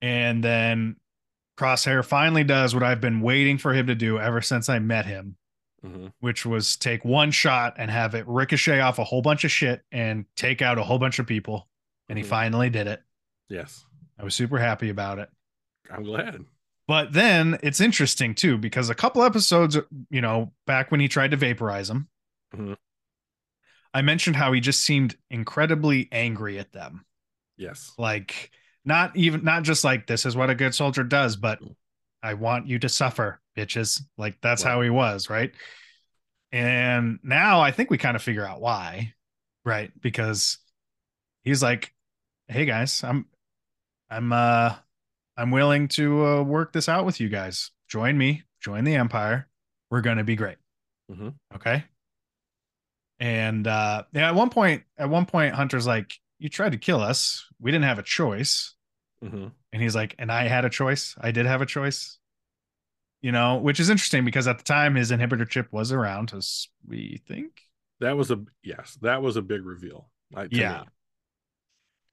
[SPEAKER 1] and then Crosshair finally does what I've been waiting for him to do ever since I met him,
[SPEAKER 2] Mhm.
[SPEAKER 1] which was take one shot and have it ricochet off a whole bunch of shit and take out a whole bunch of people. And he
[SPEAKER 2] Mhm.
[SPEAKER 1] finally did it.
[SPEAKER 2] Yes.
[SPEAKER 1] I was super happy about it.
[SPEAKER 2] I'm glad.
[SPEAKER 1] But then it's interesting too because a couple episodes, you know, back when he tried to vaporize them,
[SPEAKER 2] Mhm.
[SPEAKER 1] I mentioned how he just seemed incredibly angry at them.
[SPEAKER 2] Yes.
[SPEAKER 1] Like not even not just like this is what a good soldier does, but I want you to suffer, bitches. Like that's how he was, right? And now I think we kind of figure out why, right? Because he's like, "Hey guys, I'm I'm uh I'm willing to uh, work this out with you guys. Join me, join the empire. We're going to be great."
[SPEAKER 2] Mhm.
[SPEAKER 1] Okay? And uh yeah, at one point, at one point, Hunter's like, You tried to kill us. We didn't have a choice.
[SPEAKER 2] Mhm.
[SPEAKER 1] And he's like, and I had a choice. I did have a choice. You know, which is interesting because at the time his inhibitor chip was around, as we think.
[SPEAKER 2] That was a yes. That was a big reveal. I, to
[SPEAKER 1] Yeah.
[SPEAKER 2] me.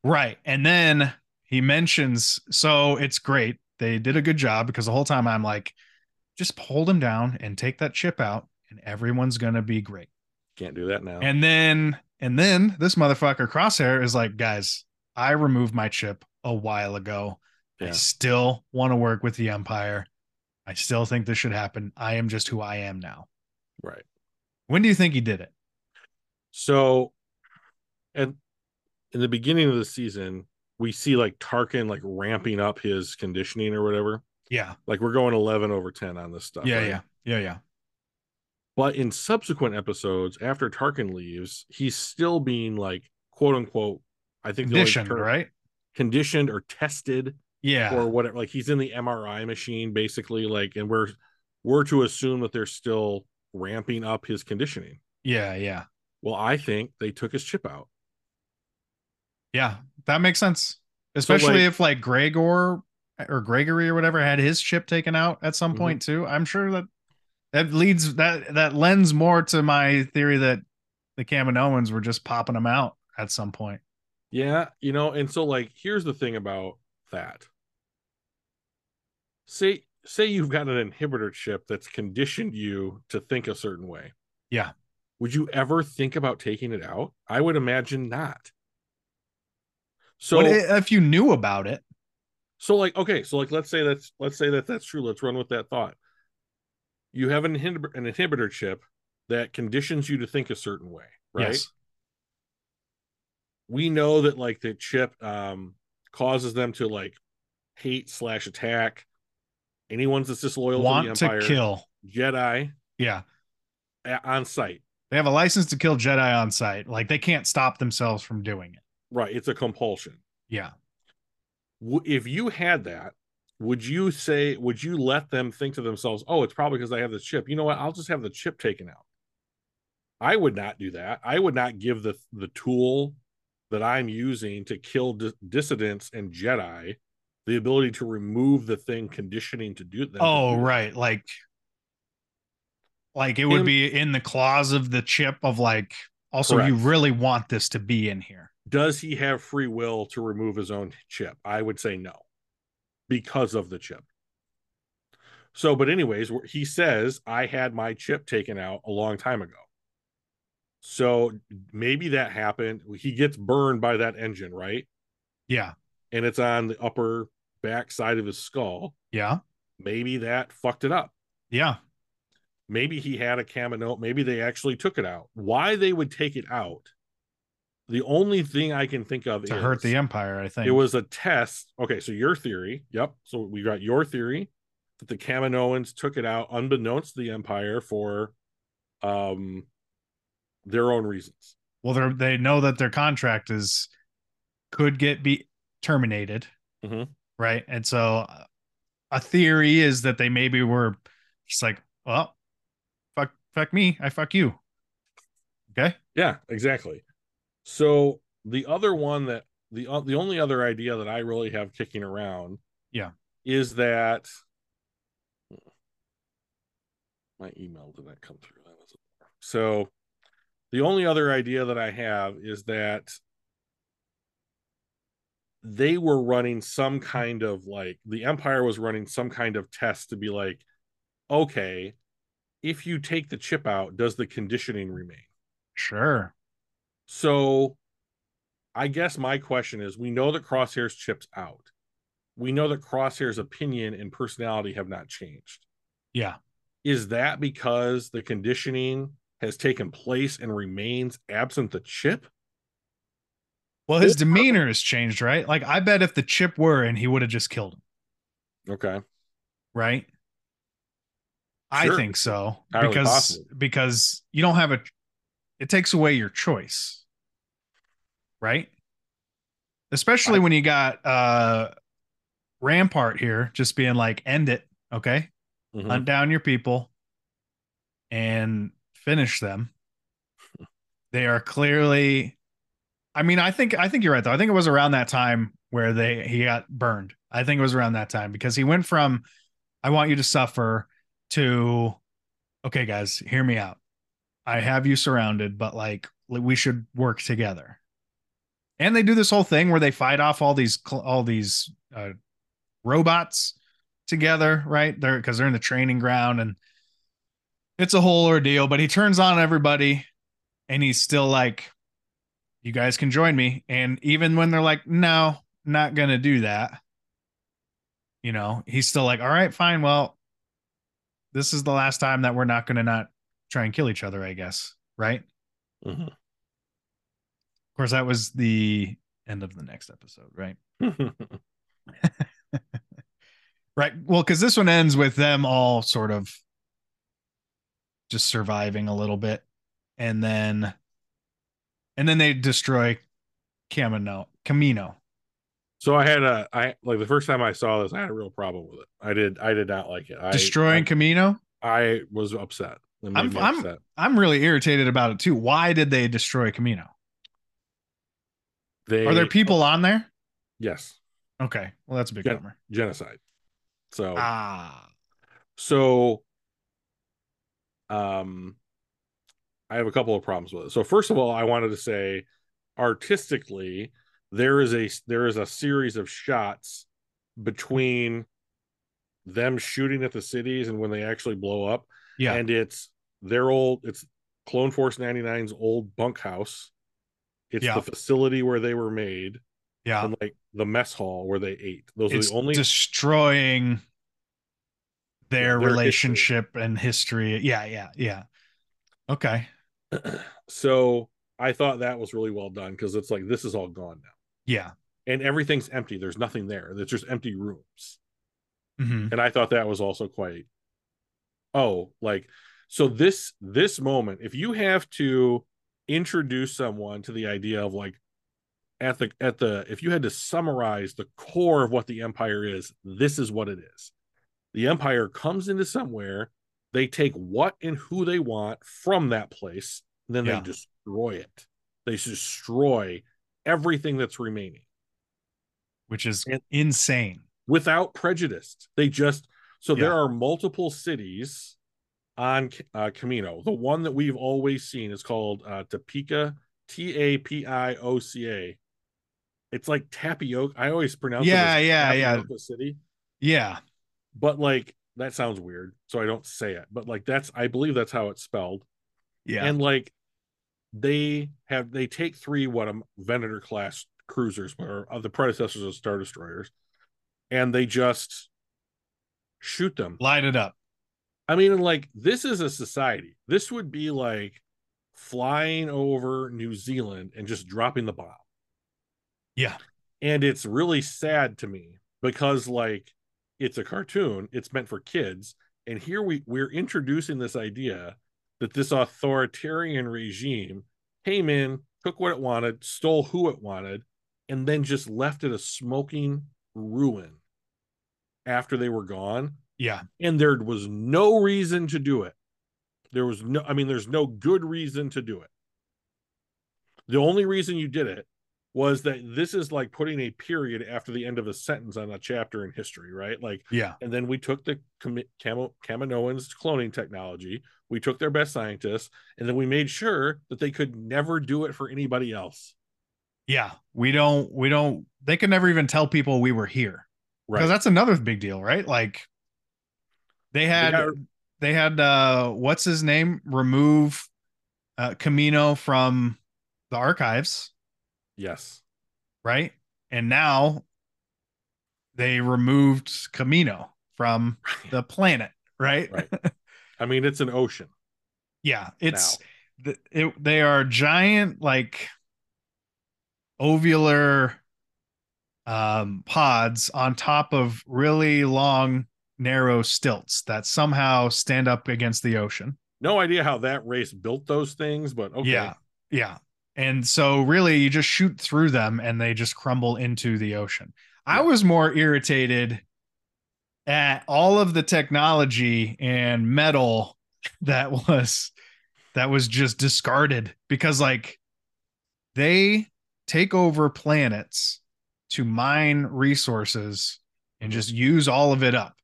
[SPEAKER 1] Right. And then he mentions, so it's great. They did a good job because the whole time I'm like, just hold him down and take that chip out, and everyone's gonna be great.
[SPEAKER 2] can't do that now.
[SPEAKER 1] And then and then this motherfucker crosshair is like, guys, I removed my chip a while ago. I
[SPEAKER 2] Yeah.
[SPEAKER 1] still want to work with the Empire. I still think this should happen. I am just who I am now.
[SPEAKER 2] right.
[SPEAKER 1] When do you think he did it?
[SPEAKER 2] So, and in the beginning of the season, we see like Tarkin like ramping up his conditioning or whatever.
[SPEAKER 1] Yeah.
[SPEAKER 2] Like we're going eleven over ten on this stuff.
[SPEAKER 1] Yeah.
[SPEAKER 2] right?
[SPEAKER 1] Yeah. Yeah. Yeah.
[SPEAKER 2] But in subsequent episodes, after Tarkin leaves, he's still being like quote unquote. I think the only
[SPEAKER 1] Conditioned,
[SPEAKER 2] term-
[SPEAKER 1] right?
[SPEAKER 2] Conditioned or tested
[SPEAKER 1] Yeah.
[SPEAKER 2] or whatever. Like he's in the MRI machine basically. Like, and we're we're to assume that they're still ramping up his conditioning.
[SPEAKER 1] yeah. Yeah.
[SPEAKER 2] Well, I think they took his chip out.
[SPEAKER 1] Yeah. That makes sense. Especially
[SPEAKER 2] like-
[SPEAKER 1] if like Gregor or Gregory or whatever had his chip taken out at some
[SPEAKER 2] Mhm.
[SPEAKER 1] point too. I'm sure that that leads that that lends more to my theory that the Kaminoans were just popping them out at some point.
[SPEAKER 2] Yeah, you know, and so like here's the thing about that. Say say you've got an inhibitor chip that's conditioned you to think a certain way.
[SPEAKER 1] Yeah.
[SPEAKER 2] Would you ever think about taking it out? I would imagine not.
[SPEAKER 1] So
[SPEAKER 2] So
[SPEAKER 1] what i- if you knew about it?
[SPEAKER 2] so like okay, so like let's say that's let's say that that's true. Let's run with that thought. You have an inhibitor, an inhibitor chip that conditions you to think a certain way, right?
[SPEAKER 1] Yes.
[SPEAKER 2] we know that like the chip um causes them to like hate slash attack anyone that's disloyal
[SPEAKER 1] Want
[SPEAKER 2] to the
[SPEAKER 1] to
[SPEAKER 2] empire
[SPEAKER 1] kill.
[SPEAKER 2] jedi
[SPEAKER 1] Yeah.
[SPEAKER 2] a- on site
[SPEAKER 1] They have a license to kill Jedi on site. Like they can't stop themselves from doing it.
[SPEAKER 2] right it's a compulsion
[SPEAKER 1] Yeah.
[SPEAKER 2] W- if you had that would you say would you let them think to themselves oh it's probably because i have the chip you know what i'll just have the chip taken out i would not do that i would not give the the tool that i'm using to kill dis- dissidents and jedi the ability to remove the thing conditioning to do that
[SPEAKER 1] Oh, right. Like like it would
[SPEAKER 2] Him-
[SPEAKER 1] be in the claws of the chip of like also you
[SPEAKER 2] Correct.
[SPEAKER 1] really want this to be in here.
[SPEAKER 2] does he have free will to remove his own chip? I would say no, because of the chip. So, but anyways, wh- he says I had my chip taken out a long time ago. So maybe that happened. He gets burned by that engine, right?
[SPEAKER 1] Yeah.
[SPEAKER 2] And it's on the upper back side of his skull.
[SPEAKER 1] Yeah.
[SPEAKER 2] Maybe that fucked it up.
[SPEAKER 1] Yeah.
[SPEAKER 2] Maybe he had a Kamino. Maybe they actually took it out. Why they would take it out? The only thing I can think of
[SPEAKER 1] To
[SPEAKER 2] is
[SPEAKER 1] hurt the empire, I think.
[SPEAKER 2] It was a test. Okay, so your theory. Yep. So we got your theory that the Kaminoans took it out unbeknownst to the Empire for um their own reasons.
[SPEAKER 1] well they they know that their contract is could get be terminated
[SPEAKER 2] Mhm.
[SPEAKER 1] right and so uh, a theory is that they maybe were just like well fuck fuck me i fuck you okay
[SPEAKER 2] Yeah, exactly. So the other one that the o- the only other idea that I really have kicking around,
[SPEAKER 1] Yeah.
[SPEAKER 2] is that my email did not come through. That was so. The only other idea that I have is that they were running some kind of like the empire was running some kind of test to be like, okay, if you take the chip out, does the conditioning remain?
[SPEAKER 1] sure
[SPEAKER 2] So I guess my question is we know that Crosshair's chips out. We know that Crosshair's opinion and personality have not changed.
[SPEAKER 1] yeah
[SPEAKER 2] Is that because the conditioning has taken place and remains absent the chip?
[SPEAKER 1] well his
[SPEAKER 2] Or-
[SPEAKER 1] demeanor has changed right like i bet if the chip were and he would have just killed him
[SPEAKER 2] Okay.
[SPEAKER 1] right i
[SPEAKER 2] Sure.
[SPEAKER 1] think so
[SPEAKER 2] Entirely
[SPEAKER 1] because
[SPEAKER 2] possible.
[SPEAKER 1] because you don't have a it takes away your choice right especially
[SPEAKER 2] I-
[SPEAKER 1] when you got uh rampart here just being like end it okay
[SPEAKER 2] Mhm.
[SPEAKER 1] hunt down your people and finish them They are clearly. I mean, I think I think you're right though. I think it was around that time where they he got burned. I think it was around that time because he went from I want you to suffer to okay guys, hear me out. I have you surrounded, but like we should work together. And they do this whole thing where they fight off all these cl- all these uh, robots together, right? They're because they're in the training ground and it's a whole ordeal. But he turns on everybody, and he's still like, "You guys can join me." And even when they're like, "No, not gonna do that," you know, he's still like, "All right, fine. Well, this is the last time that we're not gonna not try and kill each other, I guess." Right? Of course, that was the end of the next episode, right?
[SPEAKER 2] Mhm.
[SPEAKER 1] Right. Well, because this one ends with them all sort of just surviving a little bit, and then, and then they destroy Camino. Camino.
[SPEAKER 2] so I had a I like the first time I saw this, I had a real problem with it. I did I did not like it. I,
[SPEAKER 1] Destroying Camino.
[SPEAKER 2] I, I was upset. It made
[SPEAKER 1] I'm-
[SPEAKER 2] me
[SPEAKER 1] I'm-
[SPEAKER 2] upset.
[SPEAKER 1] I'm really irritated about it too. Why did they destroy Camino?
[SPEAKER 2] They,
[SPEAKER 1] Are there people on there?
[SPEAKER 2] Yes,
[SPEAKER 1] Okay. Well, that's a big
[SPEAKER 2] Yeah. Oh.
[SPEAKER 1] bummer.
[SPEAKER 2] genocide. So
[SPEAKER 1] Ah.
[SPEAKER 2] so um i have a couple of problems with it so first of all i wanted to say artistically there is a there is a series of shots between them shooting at the cities and when they actually blow up
[SPEAKER 1] Yeah.
[SPEAKER 2] and it's their old it's clone force 99's old bunkhouse it's
[SPEAKER 1] Yeah.
[SPEAKER 2] the facility where they were made
[SPEAKER 1] yeah.
[SPEAKER 2] and like the mess hall where they ate those
[SPEAKER 1] It's
[SPEAKER 2] are the only
[SPEAKER 1] destroying
[SPEAKER 2] Their
[SPEAKER 1] their
[SPEAKER 2] history.
[SPEAKER 1] relationship and history. Yeah. Yeah. Yeah. Okay.
[SPEAKER 2] so i thought that was really well done because it's like this is all gone now
[SPEAKER 1] Yeah.
[SPEAKER 2] and everything's empty. There's nothing there. There's just empty rooms.
[SPEAKER 1] hmm
[SPEAKER 2] And I thought that was also quite oh, like so this this moment, if you have to introduce someone to the idea of like at the at the if you had to summarize the core of what the empire is, this is what it is. The empire comes into somewhere, they take what and who they want from that place, and then
[SPEAKER 1] Yeah.
[SPEAKER 2] they destroy it. They destroy everything that's remaining.
[SPEAKER 1] Which is
[SPEAKER 2] And-
[SPEAKER 1] insane.
[SPEAKER 2] without prejudice. They just so there
[SPEAKER 1] Yeah.
[SPEAKER 2] are multiple cities on uh, Camino. The one that we've always seen is called uh, Topeka, T A P I O C A. It's like tapioca. I always pronounce
[SPEAKER 1] Yeah,
[SPEAKER 2] it as
[SPEAKER 1] yeah, yeah.
[SPEAKER 2] tapioca city,
[SPEAKER 1] Yeah.
[SPEAKER 2] but like that sounds weird, so I don't say it. But like that's I believe that's how it's spelled.
[SPEAKER 1] Yeah.
[SPEAKER 2] And like they have they take three what um Venator class cruisers or uh, the predecessors of Star Destroyers, and they just shoot them.
[SPEAKER 1] Light it up.
[SPEAKER 2] I mean, and, like this is a society. This would be like flying over New Zealand and just dropping the bomb.
[SPEAKER 1] Yeah.
[SPEAKER 2] And it's really sad to me because like it's a cartoon, it's meant for kids, and here we we're introducing this idea that this authoritarian regime came in, took what it wanted, stole who it wanted, and then just left it a smoking ruin after they were gone
[SPEAKER 1] Yeah.
[SPEAKER 2] and there was no reason to do it. There was no, I mean, there's no good reason to do it. The only reason you did it was that this is like putting a period after the end of a sentence on a chapter in history, right? Like,
[SPEAKER 1] Yeah.
[SPEAKER 2] and then we took the Cam- Cam- Kaminoans cloning technology, we took their best scientists, and then we made sure that they could never do it for anybody else.
[SPEAKER 1] Yeah. We don't, we don't, they could never even tell people we were here. Because that's another big deal, right? Like they had,
[SPEAKER 2] got-
[SPEAKER 1] they had, uh, what's his name? Remove uh, Camino from the archives,
[SPEAKER 2] Yes.
[SPEAKER 1] right? And now they removed Camino from the planet, right?
[SPEAKER 2] Right. I mean, it's an ocean.
[SPEAKER 1] Yeah, it's th- it, they are giant like ovular um pods on top of really long narrow stilts that somehow stand up against the ocean.
[SPEAKER 2] No idea how that race built those things, but okay.
[SPEAKER 1] Yeah. Yeah. And so really you just shoot through them and they just crumble into the ocean. I
[SPEAKER 2] Yeah.
[SPEAKER 1] was more irritated at all of the technology and metal that was that was just discarded because like they take over planets to mine resources and just use all of it up.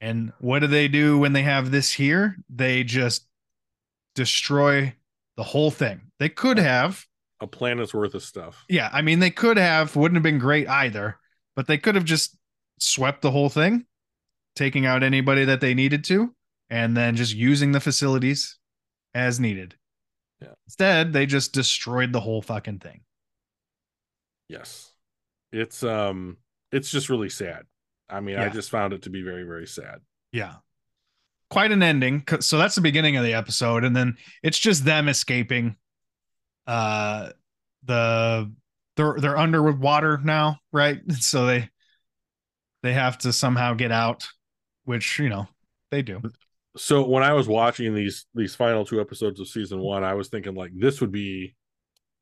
[SPEAKER 1] And what do they do when they have this here? They just destroy the whole thing. They could have,
[SPEAKER 2] A planet's worth of stuff.
[SPEAKER 1] yeah, I mean, they could have, wouldn't have been great either, but they could have just swept the whole thing, taking out anybody that they needed to, and then just using the facilities as needed.
[SPEAKER 2] Yeah.
[SPEAKER 1] Instead, they just destroyed the whole fucking thing.
[SPEAKER 2] Yes. It's um it's just really sad. I mean, I
[SPEAKER 1] Yeah.
[SPEAKER 2] just found it to be very, very sad.
[SPEAKER 1] Yeah. Quite an ending. 'cause- So that's the beginning of the episode. And then it's just them escaping. Uh the they're they're under with water now, right? So they they have to somehow get out, which you know they do.
[SPEAKER 2] So when I was watching these these final two episodes of season one, I was thinking like this would be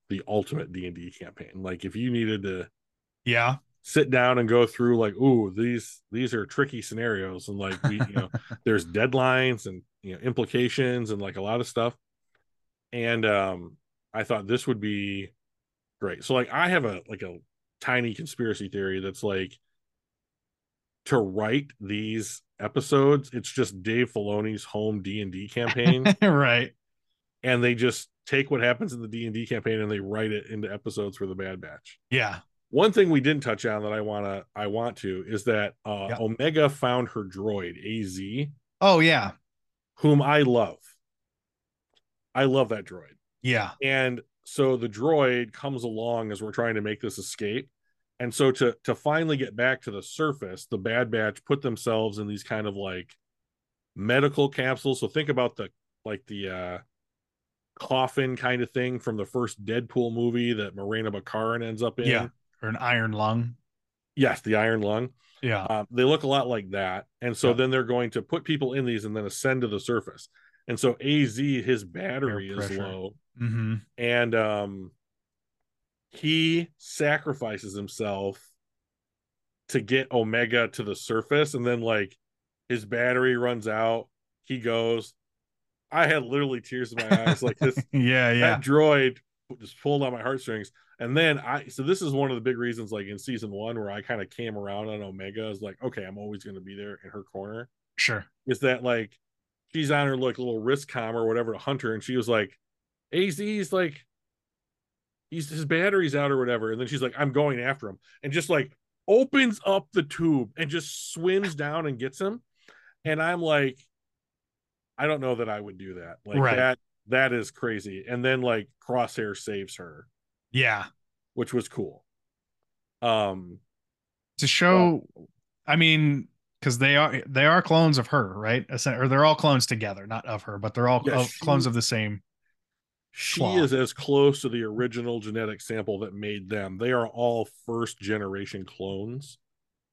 [SPEAKER 2] the ultimate D and D campaign. Like if you needed to
[SPEAKER 1] Yeah.
[SPEAKER 2] sit down and go through like, ooh, these these are tricky scenarios and like we you know there's deadlines and you know implications and like a lot of stuff. And um I thought this would be great. So like I have a like a tiny conspiracy theory that's like to write these episodes, it's just Dave Filoni's home D and D campaign,
[SPEAKER 1] right.
[SPEAKER 2] and they just take what happens in the D and D campaign and they write it into episodes for the Bad Batch.
[SPEAKER 1] Yeah.
[SPEAKER 2] One thing we didn't touch on that I wanna I want to is that uh,
[SPEAKER 1] Yeah.
[SPEAKER 2] Omega found her droid AZ,
[SPEAKER 1] Oh yeah.
[SPEAKER 2] whom I love. I love that droid.
[SPEAKER 1] Yeah.
[SPEAKER 2] and so the droid comes along as we're trying to make this escape and so to to finally get back to the surface the bad batch put themselves in these kind of like medical capsules so think about the like the uh coffin kind of thing from the first deadpool movie that Morena bakarin ends up in
[SPEAKER 1] Yeah. Or an iron lung.
[SPEAKER 2] yes the iron lung
[SPEAKER 1] Yeah.
[SPEAKER 2] um, they look a lot like that and so
[SPEAKER 1] Yeah.
[SPEAKER 2] then they're going to put people in these and then ascend to the surface and so az his battery is
[SPEAKER 1] pressure.
[SPEAKER 2] low
[SPEAKER 1] Mm-hmm.
[SPEAKER 2] and um he sacrifices himself to get omega to the surface and then like his battery runs out he goes i had literally tears in my eyes like this
[SPEAKER 1] Yeah. Yeah.
[SPEAKER 2] that droid just pulled on my heartstrings and then i so this is one of the big reasons like in season one where i kind of came around on omega is like okay i'm always going to be there in her corner
[SPEAKER 1] Sure.
[SPEAKER 2] is that like she's on her like little wrist com or whatever to Hunter, and she was like, AZ's like he's his battery's out or whatever. And then she's like, I'm going after him, and just like opens up the tube and just swims down and gets him. And I'm like, I don't know that I would do that. Like
[SPEAKER 1] Right.
[SPEAKER 2] that that is crazy. And then like Crosshair saves her,
[SPEAKER 1] Yeah.
[SPEAKER 2] which was cool. Um
[SPEAKER 1] to show i mean because they are they are clones of her right Essen- or they're all clones together not of her but they're all
[SPEAKER 2] Yeah,
[SPEAKER 1] clo-
[SPEAKER 2] she-
[SPEAKER 1] clones of the same
[SPEAKER 2] She
[SPEAKER 1] Claw.
[SPEAKER 2] is as close to the original genetic sample that made them. They are all first generation clones,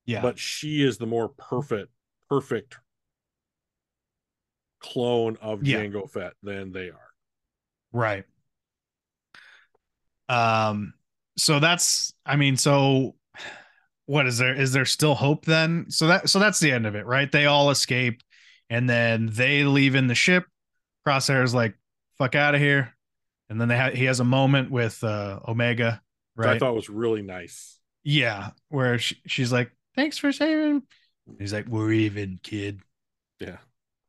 [SPEAKER 1] yeah
[SPEAKER 2] but she is the more perfect, perfect clone of
[SPEAKER 1] Yeah.
[SPEAKER 2] Django Fett than they are.
[SPEAKER 1] right um so that's i mean so what is there is there still hope then so that so that's the end of it right they all escape and then they leave in the ship crosshair's like fuck out of here and then they ha- he has a moment with uh omega
[SPEAKER 2] Which
[SPEAKER 1] right
[SPEAKER 2] I thought was really nice.
[SPEAKER 1] Yeah, where she, she's like, "Thanks for saving." He's like, "We're even, kid."
[SPEAKER 2] Yeah.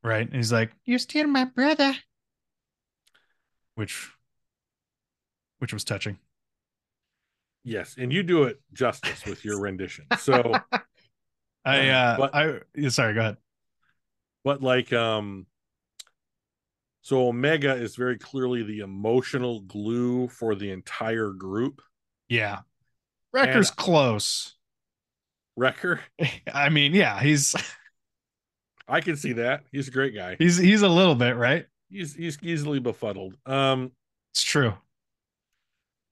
[SPEAKER 1] Right? And he's like, "You're still my brother," which, which was touching.
[SPEAKER 2] Yes. And you do it justice with your rendition. So
[SPEAKER 1] I, uh,
[SPEAKER 2] But-
[SPEAKER 1] I, yeah, sorry, go ahead.
[SPEAKER 2] but like um so Omega is very clearly the emotional glue for the entire group.
[SPEAKER 1] Yeah, uh, Wrecker's close.
[SPEAKER 2] Wrecker,
[SPEAKER 1] I mean, yeah, he's
[SPEAKER 2] I can see that. He's a great guy.
[SPEAKER 1] he's he's a little bit right.
[SPEAKER 2] he's he's easily befuddled. Um,
[SPEAKER 1] It's true.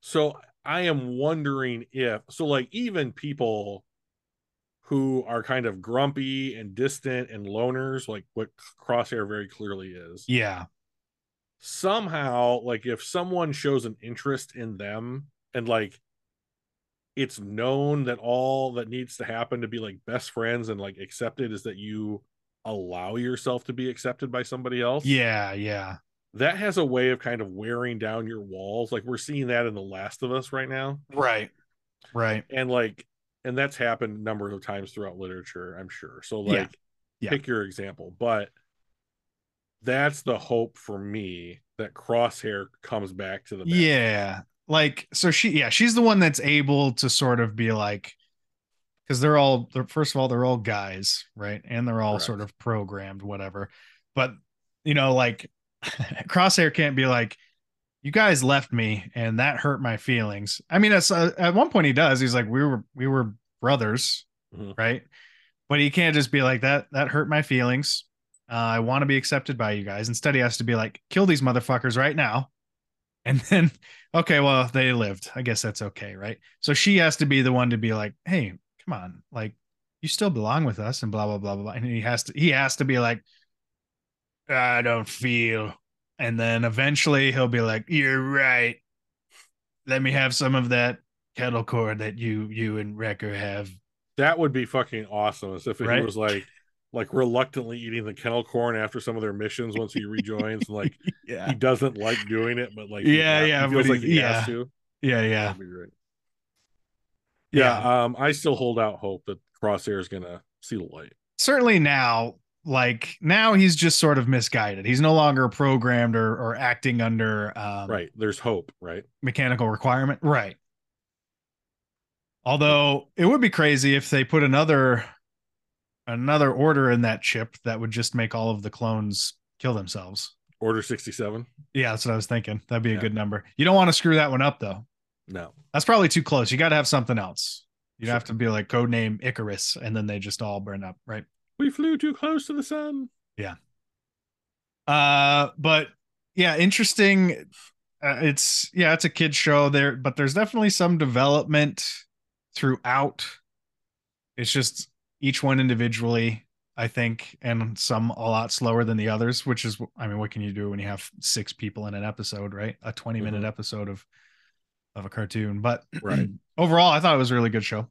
[SPEAKER 2] so I am wondering if so, like even people who are kind of grumpy and distant and loners, like what Crosshair very clearly is,
[SPEAKER 1] Yeah,
[SPEAKER 2] somehow, like if someone shows an interest in them and like it's known that all that needs to happen to be like best friends and like accepted is that you allow yourself to be accepted by somebody else
[SPEAKER 1] Yeah, yeah.
[SPEAKER 2] that has a way of kind of wearing down your walls like we're seeing that in the last of us right now
[SPEAKER 1] Right. Right.
[SPEAKER 2] and like and that's happened a number of times throughout literature i'm sure so like
[SPEAKER 1] Yeah. Yeah.
[SPEAKER 2] pick your example but that's the hope for me that crosshair comes back to the back.
[SPEAKER 1] Yeah. Like so she yeah, she's the one that's able to sort of be like cuz they're all they're first of all they're all guys, right? And they're all
[SPEAKER 2] Correct.
[SPEAKER 1] sort of programmed whatever. But you know like Crosshair can't be like you guys left me and that hurt my feelings. I mean that's uh, at one point he does. He's like we were we were brothers,
[SPEAKER 2] Mhm.
[SPEAKER 1] right? But he can't just be like that that hurt my feelings. Uh, I want to be accepted by you guys. Instead, he has to be like, kill these motherfuckers right now. And then, okay, well, they lived. I guess that's okay, right? So she has to be the one to be like, hey, come on, like you still belong with us, and blah blah blah blah. blah. And he has to he has to be like, I don't feel. And then eventually he'll be like, you're right. Let me have some of that kettle cord that you you and Wrecker have.
[SPEAKER 2] that would be fucking awesome as if he
[SPEAKER 1] Right?
[SPEAKER 2] was like like reluctantly eating the kennel corn after some of their missions once he rejoins and like
[SPEAKER 1] Yeah,
[SPEAKER 2] he doesn't like doing it but like he
[SPEAKER 1] Yeah,
[SPEAKER 2] ha-
[SPEAKER 1] yeah,
[SPEAKER 2] he feels
[SPEAKER 1] but
[SPEAKER 2] like
[SPEAKER 1] he-
[SPEAKER 2] he
[SPEAKER 1] yeah.
[SPEAKER 2] has to
[SPEAKER 1] yeah, yeah,
[SPEAKER 2] That'd be great. yeah um i still hold out hope that crosshair is gonna see the light
[SPEAKER 1] certainly now like now he's just sort of misguided he's no longer programmed or, or acting under um,
[SPEAKER 2] right there's hope right
[SPEAKER 1] mechanical requirement right although it would be crazy if they put another another order in that chip that would just make all of the clones kill themselves
[SPEAKER 2] order 67
[SPEAKER 1] yeah that's what i was thinking that'd be a
[SPEAKER 2] Yeah.
[SPEAKER 1] good number you don't want to screw that one up though
[SPEAKER 2] no
[SPEAKER 1] that's probably too close you got to have something else you'd
[SPEAKER 2] Sure.
[SPEAKER 1] have to be like code name icarus and then they just all burn up right
[SPEAKER 2] we flew too close to the sun
[SPEAKER 1] Uh, but yeah, interesting. Uh, it's yeah, it's a kid show there, but there's definitely some development throughout. It's just each one individually, I think, and some a lot slower than the others, which is I mean, what can you do when you have six people in an episode, right? A 20 minute
[SPEAKER 2] Mhm.
[SPEAKER 1] episode of of a cartoon. But
[SPEAKER 2] Right.
[SPEAKER 1] overall, I thought it was a really good show.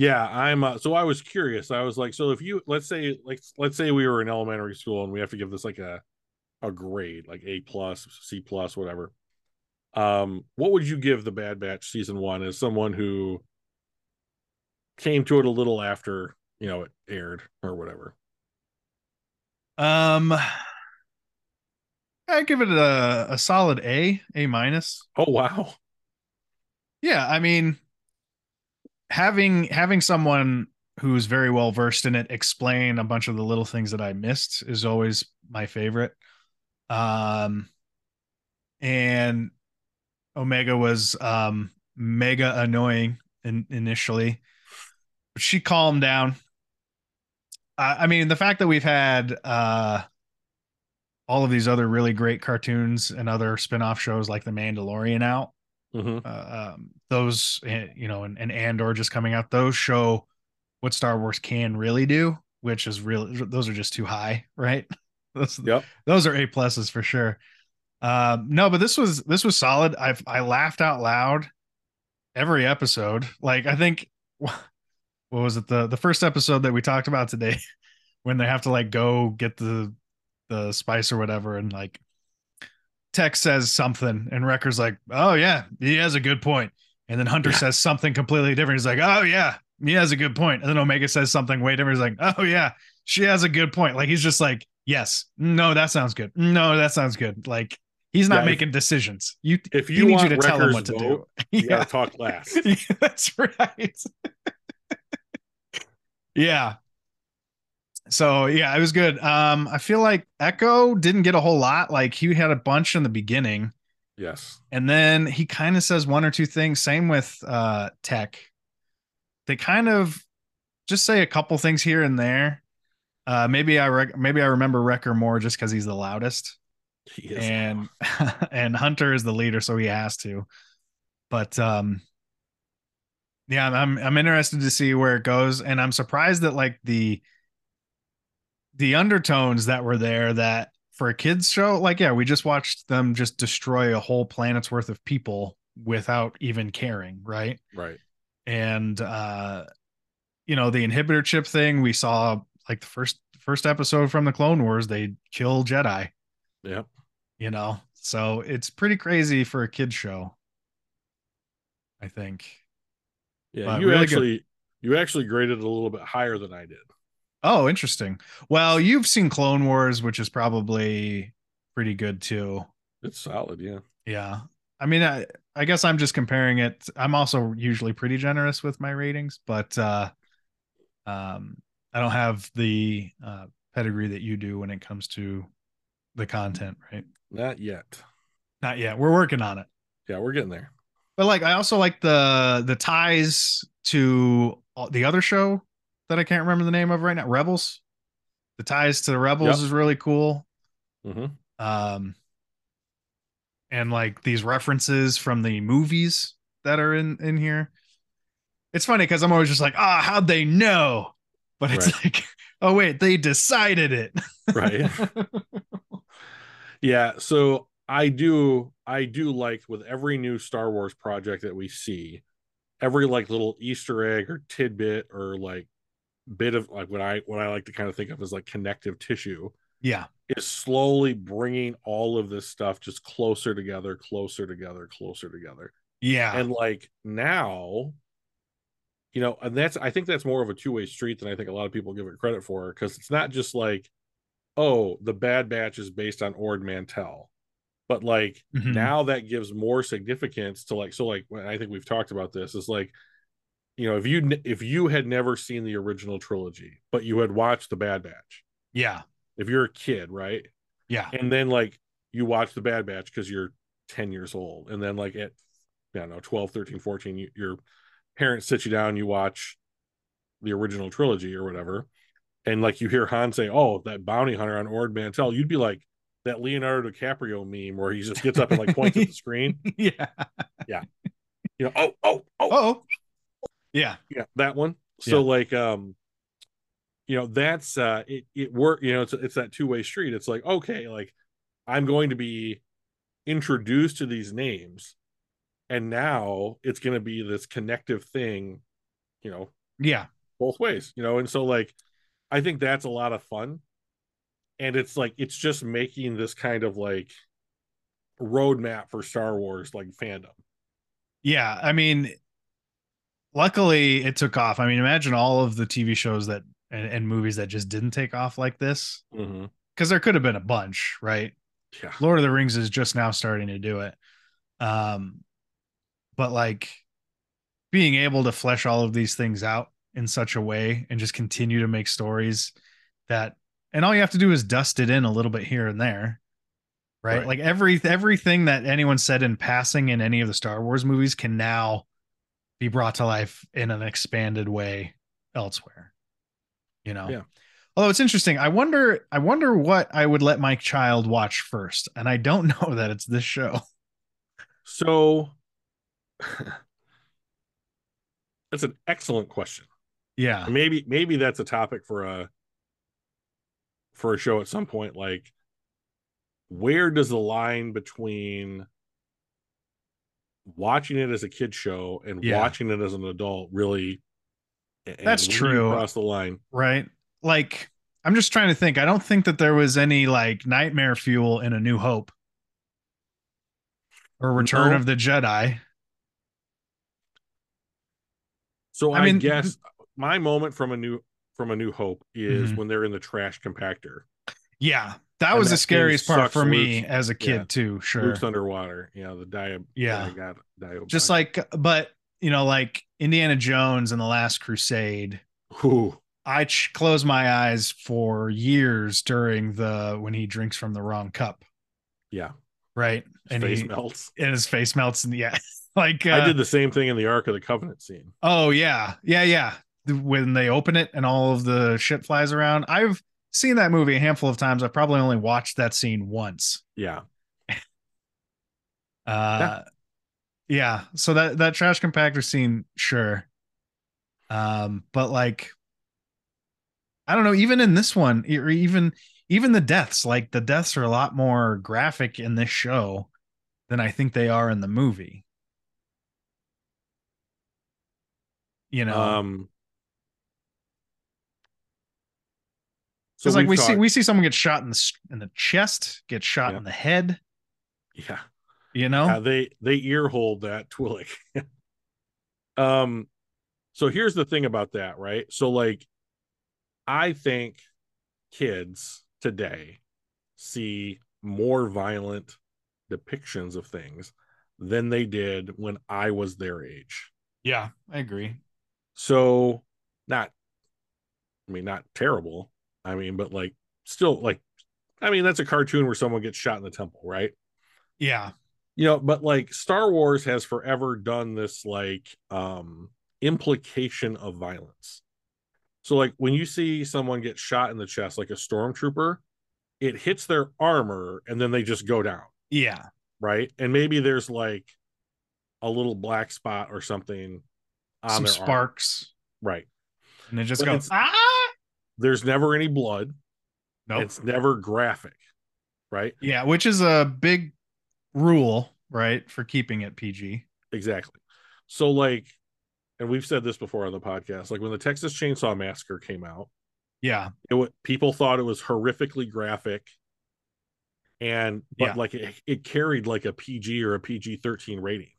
[SPEAKER 2] yeah i'm uh, so i was curious i was like so if you let's say like let's say we were in elementary school and we have to give this like a a grade like a plus c plus whatever um what would you give the bad batch season one as someone who came to it a little after you know it aired or whatever
[SPEAKER 1] Um I give it a, a solid A, A minus.
[SPEAKER 2] oh wow
[SPEAKER 1] Yeah, I mean having having someone who's very well versed in it explain a bunch of the little things that I missed is always my favorite. Um and Omega was um mega annoying in, initially. But she calmed down. I, I mean the fact that we've had uh all of these other really great cartoons and other spin-off shows like The Mandalorian out
[SPEAKER 2] Mhm.
[SPEAKER 1] uh, um, those eh, you know and, and andor just coming out those show what star wars can really do which is really those are just too high right those,
[SPEAKER 2] Yep.
[SPEAKER 1] those are a pluses for sure um no but this was this was solid i i laughed out loud every episode like i think what was it the the first episode that we talked about today when they have to like go get the the spice or whatever and like Tech says something and Wrecker's like, "Oh yeah, he has a good point." And then Hunter
[SPEAKER 2] Yeah.
[SPEAKER 1] says something completely different. He's like, "Oh yeah, he has a good point." And then Omega says something way different. He's like, "Oh yeah, she has a good point." Like he's just like, "Yes, no, that sounds good. No, that sounds good." Like he's not
[SPEAKER 2] Yeah, if-
[SPEAKER 1] making decisions. You
[SPEAKER 2] if
[SPEAKER 1] you
[SPEAKER 2] you
[SPEAKER 1] need
[SPEAKER 2] want
[SPEAKER 1] you to tell him
[SPEAKER 2] Wrecker's
[SPEAKER 1] what to
[SPEAKER 2] vote,
[SPEAKER 1] do.
[SPEAKER 2] you gotta talk last
[SPEAKER 1] Yeah, that's right. yeah. So yeah, it was good. Um, I feel like Echo didn't get a whole lot. Like he had a bunch in the beginning,
[SPEAKER 2] yes
[SPEAKER 1] and then he kind of says one or two things. Same with uh Tech. They kind of just say a couple things here and there. Uh, maybe I rec- maybe I remember Wrecker more just because he's the loudest
[SPEAKER 2] he is
[SPEAKER 1] and and Hunter is the leader, so he has to. But um, yeah, I'm I'm interested to see where it goes, and I'm surprised that like the the undertones that were there that for a kids show, like yeah, we just watched them just destroy a whole planet's worth of people without even caring, right?
[SPEAKER 2] right
[SPEAKER 1] and uh you know the inhibitor chip thing we saw like the first first episode from the Clone Wars, they kill Jedi.
[SPEAKER 2] Yep.
[SPEAKER 1] You know, so it's pretty crazy for a kid show. I think.
[SPEAKER 2] Yeah,
[SPEAKER 1] But
[SPEAKER 2] you
[SPEAKER 1] really good.
[SPEAKER 2] actually you actually graded it a little bit higher than I did.
[SPEAKER 1] Oh, interesting. Well, you've seen Clone Wars, which is probably pretty good too.
[SPEAKER 2] It's solid, yeah.
[SPEAKER 1] Yeah. I mean, I, I guess I'm just comparing it. I'm also usually pretty generous with my ratings, but uh um I don't have the uh pedigree that you do when it comes to the content, right?
[SPEAKER 2] Not yet.
[SPEAKER 1] Not yet. We're working on it.
[SPEAKER 2] Yeah, we're getting there.
[SPEAKER 1] But like I also like the the ties to all- the other show that I can't remember the name of right now, Rebels. The ties to the Rebels
[SPEAKER 2] Yep.
[SPEAKER 1] is really cool.
[SPEAKER 2] hmm
[SPEAKER 1] um and like these references from the movies that are in in here it's funny because i'm always just like ah how'd they know but it's like oh wait they decided it
[SPEAKER 2] Right. yeah, so I do I do like with every new Star Wars project that we see, every like little Easter egg or tidbit or like bit of like what I what I like to kind of think of as like connective tissue
[SPEAKER 1] yeah
[SPEAKER 2] is slowly bringing all of this stuff just closer together, closer together, closer together.
[SPEAKER 1] yeah
[SPEAKER 2] and like now you know and that's i think that's more of a two-way street than i think a lot of people give it credit for because it's not just like oh the bad batch is based on ord mantell but like
[SPEAKER 1] Mhm.
[SPEAKER 2] now that gives more significance to like so like when i think we've talked about this is like you know if you n- if you had never seen the original trilogy but you had watched the bad batch
[SPEAKER 1] yeah
[SPEAKER 2] if you're a kid right
[SPEAKER 1] yeah
[SPEAKER 2] and then like you watch the bad batch because you're 10 years old and then like at i don't know 12 13 14 you, your parents sit you down you watch the original trilogy or whatever and like you hear han say oh that bounty hunter on ord mantell you'd be like that leonardo dicaprio meme where he just gets up and like points at the screen
[SPEAKER 1] yeah
[SPEAKER 2] you know oh oh oh
[SPEAKER 1] oh yeah
[SPEAKER 2] yeah that one so
[SPEAKER 1] Yeah.
[SPEAKER 2] like um you know that's uh it, it work you know it's it's that two-way street it's like okay like i'm going to be introduced to these names and now it's going to be this connective thing you know
[SPEAKER 1] yeah
[SPEAKER 2] both ways you know and so like i think that's a lot of fun and it's like it's just making this kind of like roadmap for star wars like fandom
[SPEAKER 1] yeah i mean luckily it took off i mean imagine all of the tv shows that and, and movies that just didn't take off like this
[SPEAKER 2] mm-hmm.
[SPEAKER 1] because there could have been a bunch right
[SPEAKER 2] yeah
[SPEAKER 1] Lord of the Rings is just now starting to do it. Um, but like being able to flesh all of these things out in such a way and just continue to make stories that, and all you have to do is dust it in a little bit here and there, right?
[SPEAKER 2] Right.
[SPEAKER 1] Like every everything that anyone said in passing in any of the Star Wars movies can now be brought to life in an expanded way elsewhere. You know.
[SPEAKER 2] Yeah.
[SPEAKER 1] Although it's interesting, I wonder, I wonder what I would let my child watch first, and I don't know that it's this show.
[SPEAKER 2] So that's an excellent question.
[SPEAKER 1] Yeah,
[SPEAKER 2] Maybe maybe that's a topic for a for a show at some point like where does the line between watching it as a kid show and
[SPEAKER 1] Yeah.
[SPEAKER 2] watching it as an adult really and
[SPEAKER 1] That's
[SPEAKER 2] where do you
[SPEAKER 1] true.
[SPEAKER 2] cross the line
[SPEAKER 1] right. Like, I'm just trying to think. I don't think that there was any like nightmare fuel in A New Hope or Return
[SPEAKER 2] No.
[SPEAKER 1] of the Jedi.
[SPEAKER 2] so
[SPEAKER 1] I
[SPEAKER 2] i,
[SPEAKER 1] mean-
[SPEAKER 2] guess my moment from a new from a new hope is
[SPEAKER 1] Mhm.
[SPEAKER 2] when they're in the trash compactor
[SPEAKER 1] Yeah, that
[SPEAKER 2] And
[SPEAKER 1] was
[SPEAKER 2] that
[SPEAKER 1] the
[SPEAKER 2] thing
[SPEAKER 1] scariest part
[SPEAKER 2] sucks
[SPEAKER 1] for me
[SPEAKER 2] Luke's-
[SPEAKER 1] as a kid
[SPEAKER 2] yeah.
[SPEAKER 1] too. Sure,
[SPEAKER 2] Luke's underwater you know the dia
[SPEAKER 1] Yeah.
[SPEAKER 2] dia- dia-
[SPEAKER 1] just like, but you know, like Indiana Jones and the Last Crusade.
[SPEAKER 2] Ooh.
[SPEAKER 1] I ch- closed my eyes for years during the when he drinks from the wrong cup.
[SPEAKER 2] Yeah,
[SPEAKER 1] right?
[SPEAKER 2] his
[SPEAKER 1] and
[SPEAKER 2] face
[SPEAKER 1] he,
[SPEAKER 2] melts.
[SPEAKER 1] and his face melts, and yeah, like uh,
[SPEAKER 2] I did the same thing in the Ark of the Covenant scene.
[SPEAKER 1] Oh yeah, yeah, yeah. The- When they open it and all of the shit flies around, I've seen that movie a handful of times. I've probably only watched that scene once.
[SPEAKER 2] Yeah,
[SPEAKER 1] Uh, yeah. So that that trash compactor scene, sure. Um, but like, I don't know. Even in this one, e- or even even the deaths, like the deaths are a lot more graphic in this show than I think they are in the movie. You know,
[SPEAKER 2] um,
[SPEAKER 1] Because like
[SPEAKER 2] we've
[SPEAKER 1] we see
[SPEAKER 2] talked-
[SPEAKER 1] we see someone get shot in the s- in the chest, get shot
[SPEAKER 2] Yeah.
[SPEAKER 1] in the head.
[SPEAKER 2] yeah,
[SPEAKER 1] You know,
[SPEAKER 2] Uh, they they ear hold that Twillick. um, so here's the thing about that, right? So like, I think kids today see more violent depictions of things than they did when I was their age.
[SPEAKER 1] yeah, I agree.
[SPEAKER 2] So not, I mean, not terrible. I mean, but like, still like, I mean, that's a cartoon where someone gets shot in the temple, right?
[SPEAKER 1] Yeah,
[SPEAKER 2] you know but like star wars has forever done this like um implication of violence so like when you see someone get shot in the chest like a stormtrooper it hits their armor and then they just go down
[SPEAKER 1] yeah,
[SPEAKER 2] right and maybe there's like a little black spot or something on
[SPEAKER 1] some
[SPEAKER 2] their arm.
[SPEAKER 1] sparks,
[SPEAKER 2] right
[SPEAKER 1] and it just
[SPEAKER 2] Ah, But
[SPEAKER 1] goes
[SPEAKER 2] it's-
[SPEAKER 1] ah.
[SPEAKER 2] there's never any blood
[SPEAKER 1] No,
[SPEAKER 2] it's never graphic right
[SPEAKER 1] yeah, which is a big rule, right, for keeping it PG.
[SPEAKER 2] Exactly. So like, and we've said this before on the podcast. Like when the Texas Chainsaw Massacre came out,
[SPEAKER 1] Yeah,
[SPEAKER 2] it wa- people thought it was horrifically graphic, and but
[SPEAKER 1] Yeah.
[SPEAKER 2] like it, it carried like a PG or a PG thirteen rating,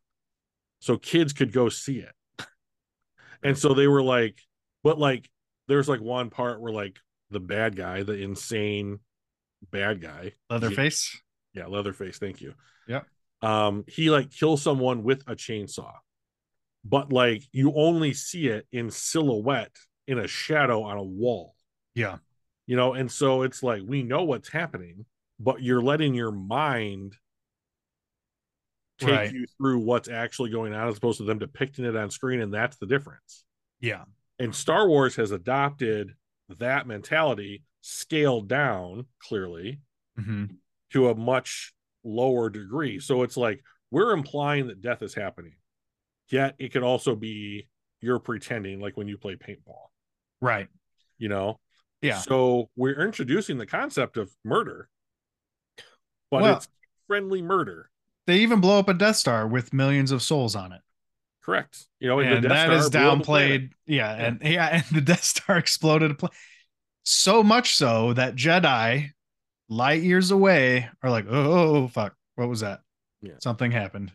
[SPEAKER 2] so kids could go see it. And so they were like, but like there's like one part where like the bad guy, the insane bad guy,
[SPEAKER 1] Leatherface.
[SPEAKER 2] yeah, Leatherface. Thank you.
[SPEAKER 1] Yep.
[SPEAKER 2] Um, he like kills someone with a chainsaw, but like you only see it in silhouette in a shadow on a wall.
[SPEAKER 1] Yeah.
[SPEAKER 2] You know, and so it's like we know what's happening, but you're letting your mind take
[SPEAKER 1] Right.
[SPEAKER 2] you through what's actually going on as opposed to them depicting it on screen, and that's the difference.
[SPEAKER 1] Yeah,
[SPEAKER 2] And Star Wars has adopted that mentality, scaled down clearly,
[SPEAKER 1] hmm
[SPEAKER 2] to a much lower degree. So it's like we're implying that death is happening, yet it could also be you're pretending, like when you play paintball,
[SPEAKER 1] right.
[SPEAKER 2] you know?
[SPEAKER 1] Yeah.
[SPEAKER 2] So we're introducing the concept of murder, but
[SPEAKER 1] Well-
[SPEAKER 2] it's friendly murder,
[SPEAKER 1] They even blow up a Death Star with millions of souls on it,
[SPEAKER 2] correct? You know, the
[SPEAKER 1] and
[SPEAKER 2] Death
[SPEAKER 1] that is
[SPEAKER 2] Star blew up the planet.
[SPEAKER 1] downplayed. Yeah, and yeah, and the Death Star exploded. a pla- So much so that Jedi, light years away, are like, oh, oh, fuck, what was that?
[SPEAKER 2] Yeah.
[SPEAKER 1] Something happened.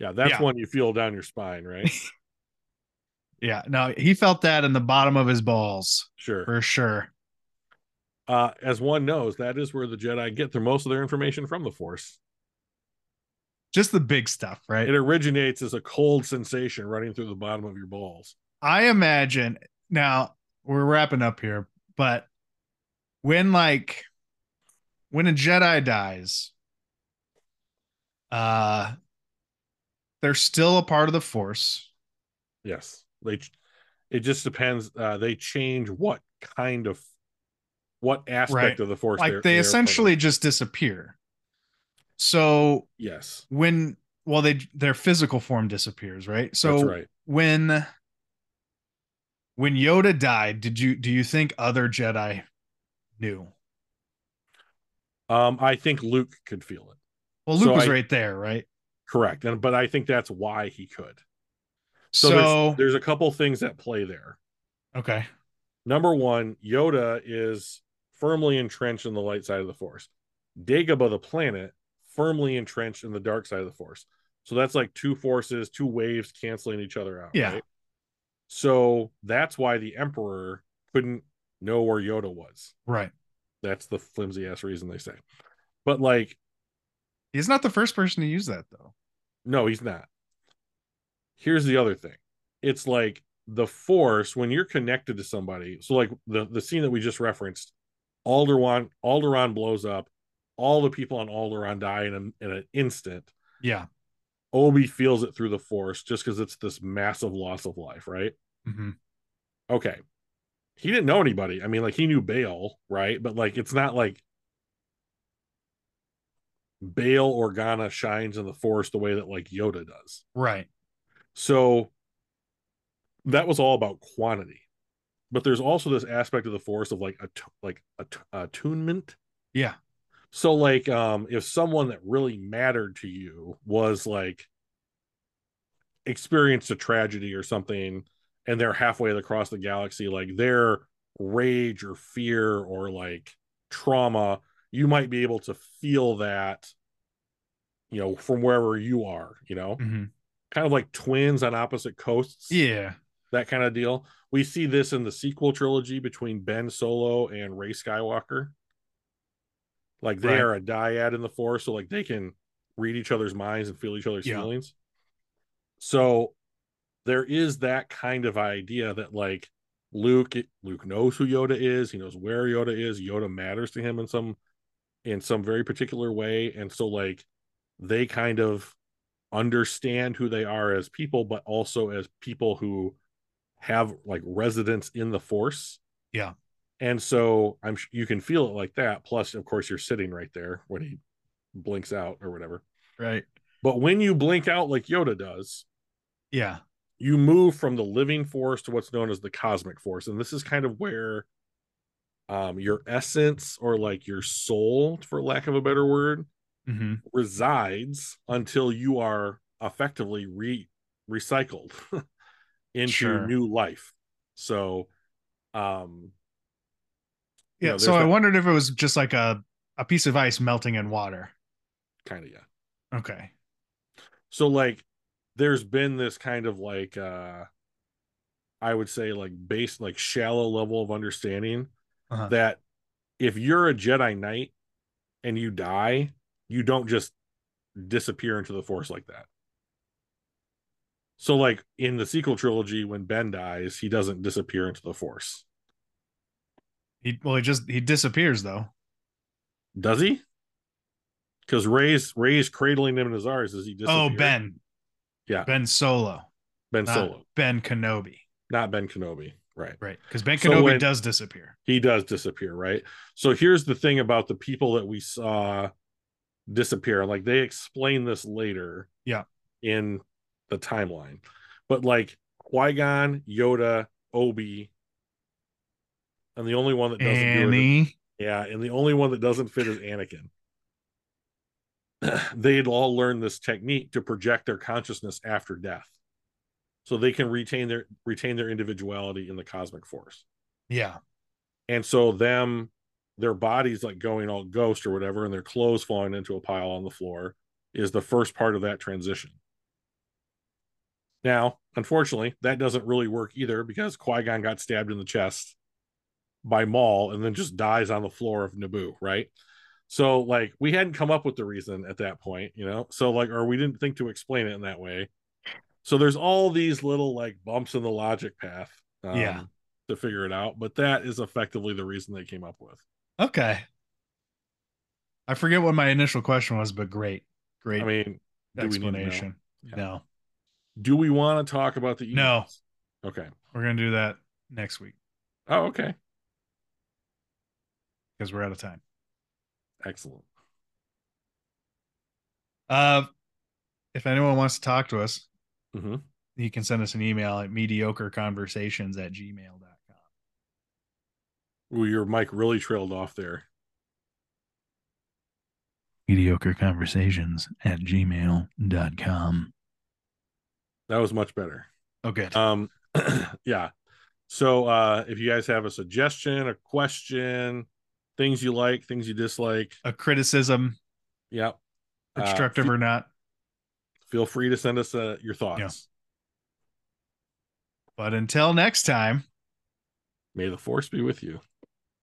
[SPEAKER 2] Yeah, that's
[SPEAKER 1] Yeah.
[SPEAKER 2] one you feel down your spine, right?
[SPEAKER 1] Yeah, no, he felt that in the bottom of his balls
[SPEAKER 2] Sure.
[SPEAKER 1] for sure.
[SPEAKER 2] Uh, as one knows, that is where the Jedi get their most of their information from the Force.
[SPEAKER 1] Just the big stuff, right?
[SPEAKER 2] It originates as a cold sensation running through the bottom of your balls.
[SPEAKER 1] I imagine now we're wrapping up here, but when like when a Jedi dies, uh they're still a part of the force.
[SPEAKER 2] Yes, they. ch- It just depends. Uh, they change what kind of, what aspect
[SPEAKER 1] Right.
[SPEAKER 2] of the force.
[SPEAKER 1] Like
[SPEAKER 2] they're-
[SPEAKER 1] they
[SPEAKER 2] they're
[SPEAKER 1] essentially
[SPEAKER 2] fighting.
[SPEAKER 1] just disappear. So
[SPEAKER 2] Yes,
[SPEAKER 1] when well they their physical form disappears, right? So
[SPEAKER 2] that's right.
[SPEAKER 1] when when Yoda died, did you do you think other Jedi knew?
[SPEAKER 2] Um, I think Luke could feel it.
[SPEAKER 1] Well, Luke
[SPEAKER 2] So
[SPEAKER 1] was
[SPEAKER 2] I-
[SPEAKER 1] right there, right?
[SPEAKER 2] Correct, and but I think that's why he could. So,
[SPEAKER 1] So,
[SPEAKER 2] there's, there's a couple things that play there.
[SPEAKER 1] okay,
[SPEAKER 2] Number one, Yoda is firmly entrenched in the light side of the force. Dagobah, the planet, firmly entrenched in the dark side of the force. So that's like two forces, two waves canceling each other out.
[SPEAKER 1] Yeah.
[SPEAKER 2] right? So that's why the Emperor couldn't know where Yoda was.
[SPEAKER 1] right.
[SPEAKER 2] That's the flimsy ass reason they say. But like,
[SPEAKER 1] He's not the first person to use that though.
[SPEAKER 2] no, he's not. Here's the other thing. It's like the force when you're connected to somebody. So like the the scene that we just referenced, Alderaan Alderaan blows up. All the people on Alderaan die in, a, in an instant.
[SPEAKER 1] Yeah.
[SPEAKER 2] Obi feels it through the force just because it's this massive loss of life, right?
[SPEAKER 1] hmm
[SPEAKER 2] Okay. He didn't know anybody. I mean, like he knew Bale, right? But like it's not like Bale Organa shines in the force the way that like Yoda does.
[SPEAKER 1] Right.
[SPEAKER 2] So that was all about quantity. But there's also this aspect of the force of like at- like at- attunement.
[SPEAKER 1] Yeah.
[SPEAKER 2] So like um if someone that really mattered to you was like experienced a tragedy or something and they're halfway across the galaxy like their rage or fear or like trauma you might be able to feel that you know from wherever you are you know
[SPEAKER 1] Mhm.
[SPEAKER 2] kind of like twins on opposite coasts
[SPEAKER 1] Yeah.
[SPEAKER 2] that kind of deal we see this in the sequel trilogy between ben solo and ray skywalker like they
[SPEAKER 1] Right.
[SPEAKER 2] are a dyad in the force so like they can read each other's minds and feel each other's
[SPEAKER 1] Yeah.
[SPEAKER 2] feelings so there is that kind of idea that like luke luke knows who yoda is he knows where yoda is yoda matters to him in some in some very particular way and so like they kind of understand who they are as people but also as people who have like residence in the force
[SPEAKER 1] Yeah.
[SPEAKER 2] and so i'm sh- you can feel it like that plus of course you're sitting right there when he blinks out or whatever
[SPEAKER 1] Right.
[SPEAKER 2] but when you blink out like yoda does
[SPEAKER 1] Yeah.
[SPEAKER 2] you move from the living force to what's known as the cosmic force and this is kind of where um your essence or like your soul for lack of a better word Mm-hmm.
[SPEAKER 1] hmm
[SPEAKER 2] resides until you are effectively re recycled into
[SPEAKER 1] Sure.
[SPEAKER 2] new life. So um you
[SPEAKER 1] Yeah.
[SPEAKER 2] know,
[SPEAKER 1] so
[SPEAKER 2] there's
[SPEAKER 1] I
[SPEAKER 2] that-
[SPEAKER 1] wondered if it was just like a, a piece of ice melting in water.
[SPEAKER 2] kind of yeah.
[SPEAKER 1] Okay.
[SPEAKER 2] So like there's been this kind of like uh I would say like base like shallow level of understanding
[SPEAKER 1] Uh-huh.
[SPEAKER 2] that if you're a Jedi Knight and you die, you don't just disappear into the force like that. So like in the sequel trilogy when Ben dies, he doesn't disappear into the force.
[SPEAKER 1] He well, he just he disappears though.
[SPEAKER 2] Does he? Because Ray's Ray's cradling him in his arms. Does he
[SPEAKER 1] Oh,
[SPEAKER 2] disappear?
[SPEAKER 1] Ben.
[SPEAKER 2] Yeah.
[SPEAKER 1] Ben Solo.
[SPEAKER 2] Ben
[SPEAKER 1] not
[SPEAKER 2] Solo,
[SPEAKER 1] Ben Kenobi.
[SPEAKER 2] not Ben Kenobi. Right.
[SPEAKER 1] Right. Because Ben
[SPEAKER 2] So
[SPEAKER 1] Kenobi
[SPEAKER 2] when-
[SPEAKER 1] does disappear.
[SPEAKER 2] He does disappear, right? So here's the thing about the people that we saw disappear. Like they explain this later.
[SPEAKER 1] Yeah.
[SPEAKER 2] In the timeline. But like Qui-Gon, Yoda, Obi. And the only one that doesn't do it.
[SPEAKER 1] Annie.
[SPEAKER 2] Yeah, and the only one that doesn't fit is Anakin. They'd all learned this technique to project their consciousness after death. So they can retain their retain their individuality in the cosmic force.
[SPEAKER 1] Yeah.
[SPEAKER 2] And so them their bodies like going all ghost or whatever and their clothes falling into a pile on the floor is the first part of that transition. Now, unfortunately, that doesn't really work either because Qui-Gon got stabbed in the chest by Maul and then just dies on the floor of Naboo, right? So like we hadn't come up with the reason at that point, you know. So like or we didn't think to explain it in that way. So there's all these little like bumps in the logic path um,
[SPEAKER 1] Yeah.
[SPEAKER 2] to figure it out, but that is effectively the reason they came up with.
[SPEAKER 1] Okay. I forget what my initial question was, but great. Great
[SPEAKER 2] I mean, do we need to know?
[SPEAKER 1] explanation.
[SPEAKER 2] Yeah.
[SPEAKER 1] No.
[SPEAKER 2] Do we want to talk about the
[SPEAKER 1] No.
[SPEAKER 2] emails? Okay.
[SPEAKER 1] We're gonna do that next week
[SPEAKER 2] Oh, okay.
[SPEAKER 1] because we're out of time.
[SPEAKER 2] Excellent.
[SPEAKER 1] Uh if anyone wants to talk to us,
[SPEAKER 2] hmm
[SPEAKER 1] you can send us an email at mediocreconversations at gmail.com.
[SPEAKER 2] Ooh, your mic really trailed off there.
[SPEAKER 1] Mediocre conversations at gmail.com.
[SPEAKER 2] That was much better.
[SPEAKER 1] Oh good.
[SPEAKER 2] um yeah so uh if you guys have a suggestion a question things you like things you dislike
[SPEAKER 1] A criticism,
[SPEAKER 2] yep Uh,
[SPEAKER 1] constructive
[SPEAKER 2] fe-
[SPEAKER 1] or not.
[SPEAKER 2] feel free to send us uh, your thoughts
[SPEAKER 1] But until next time.
[SPEAKER 2] may the force be with you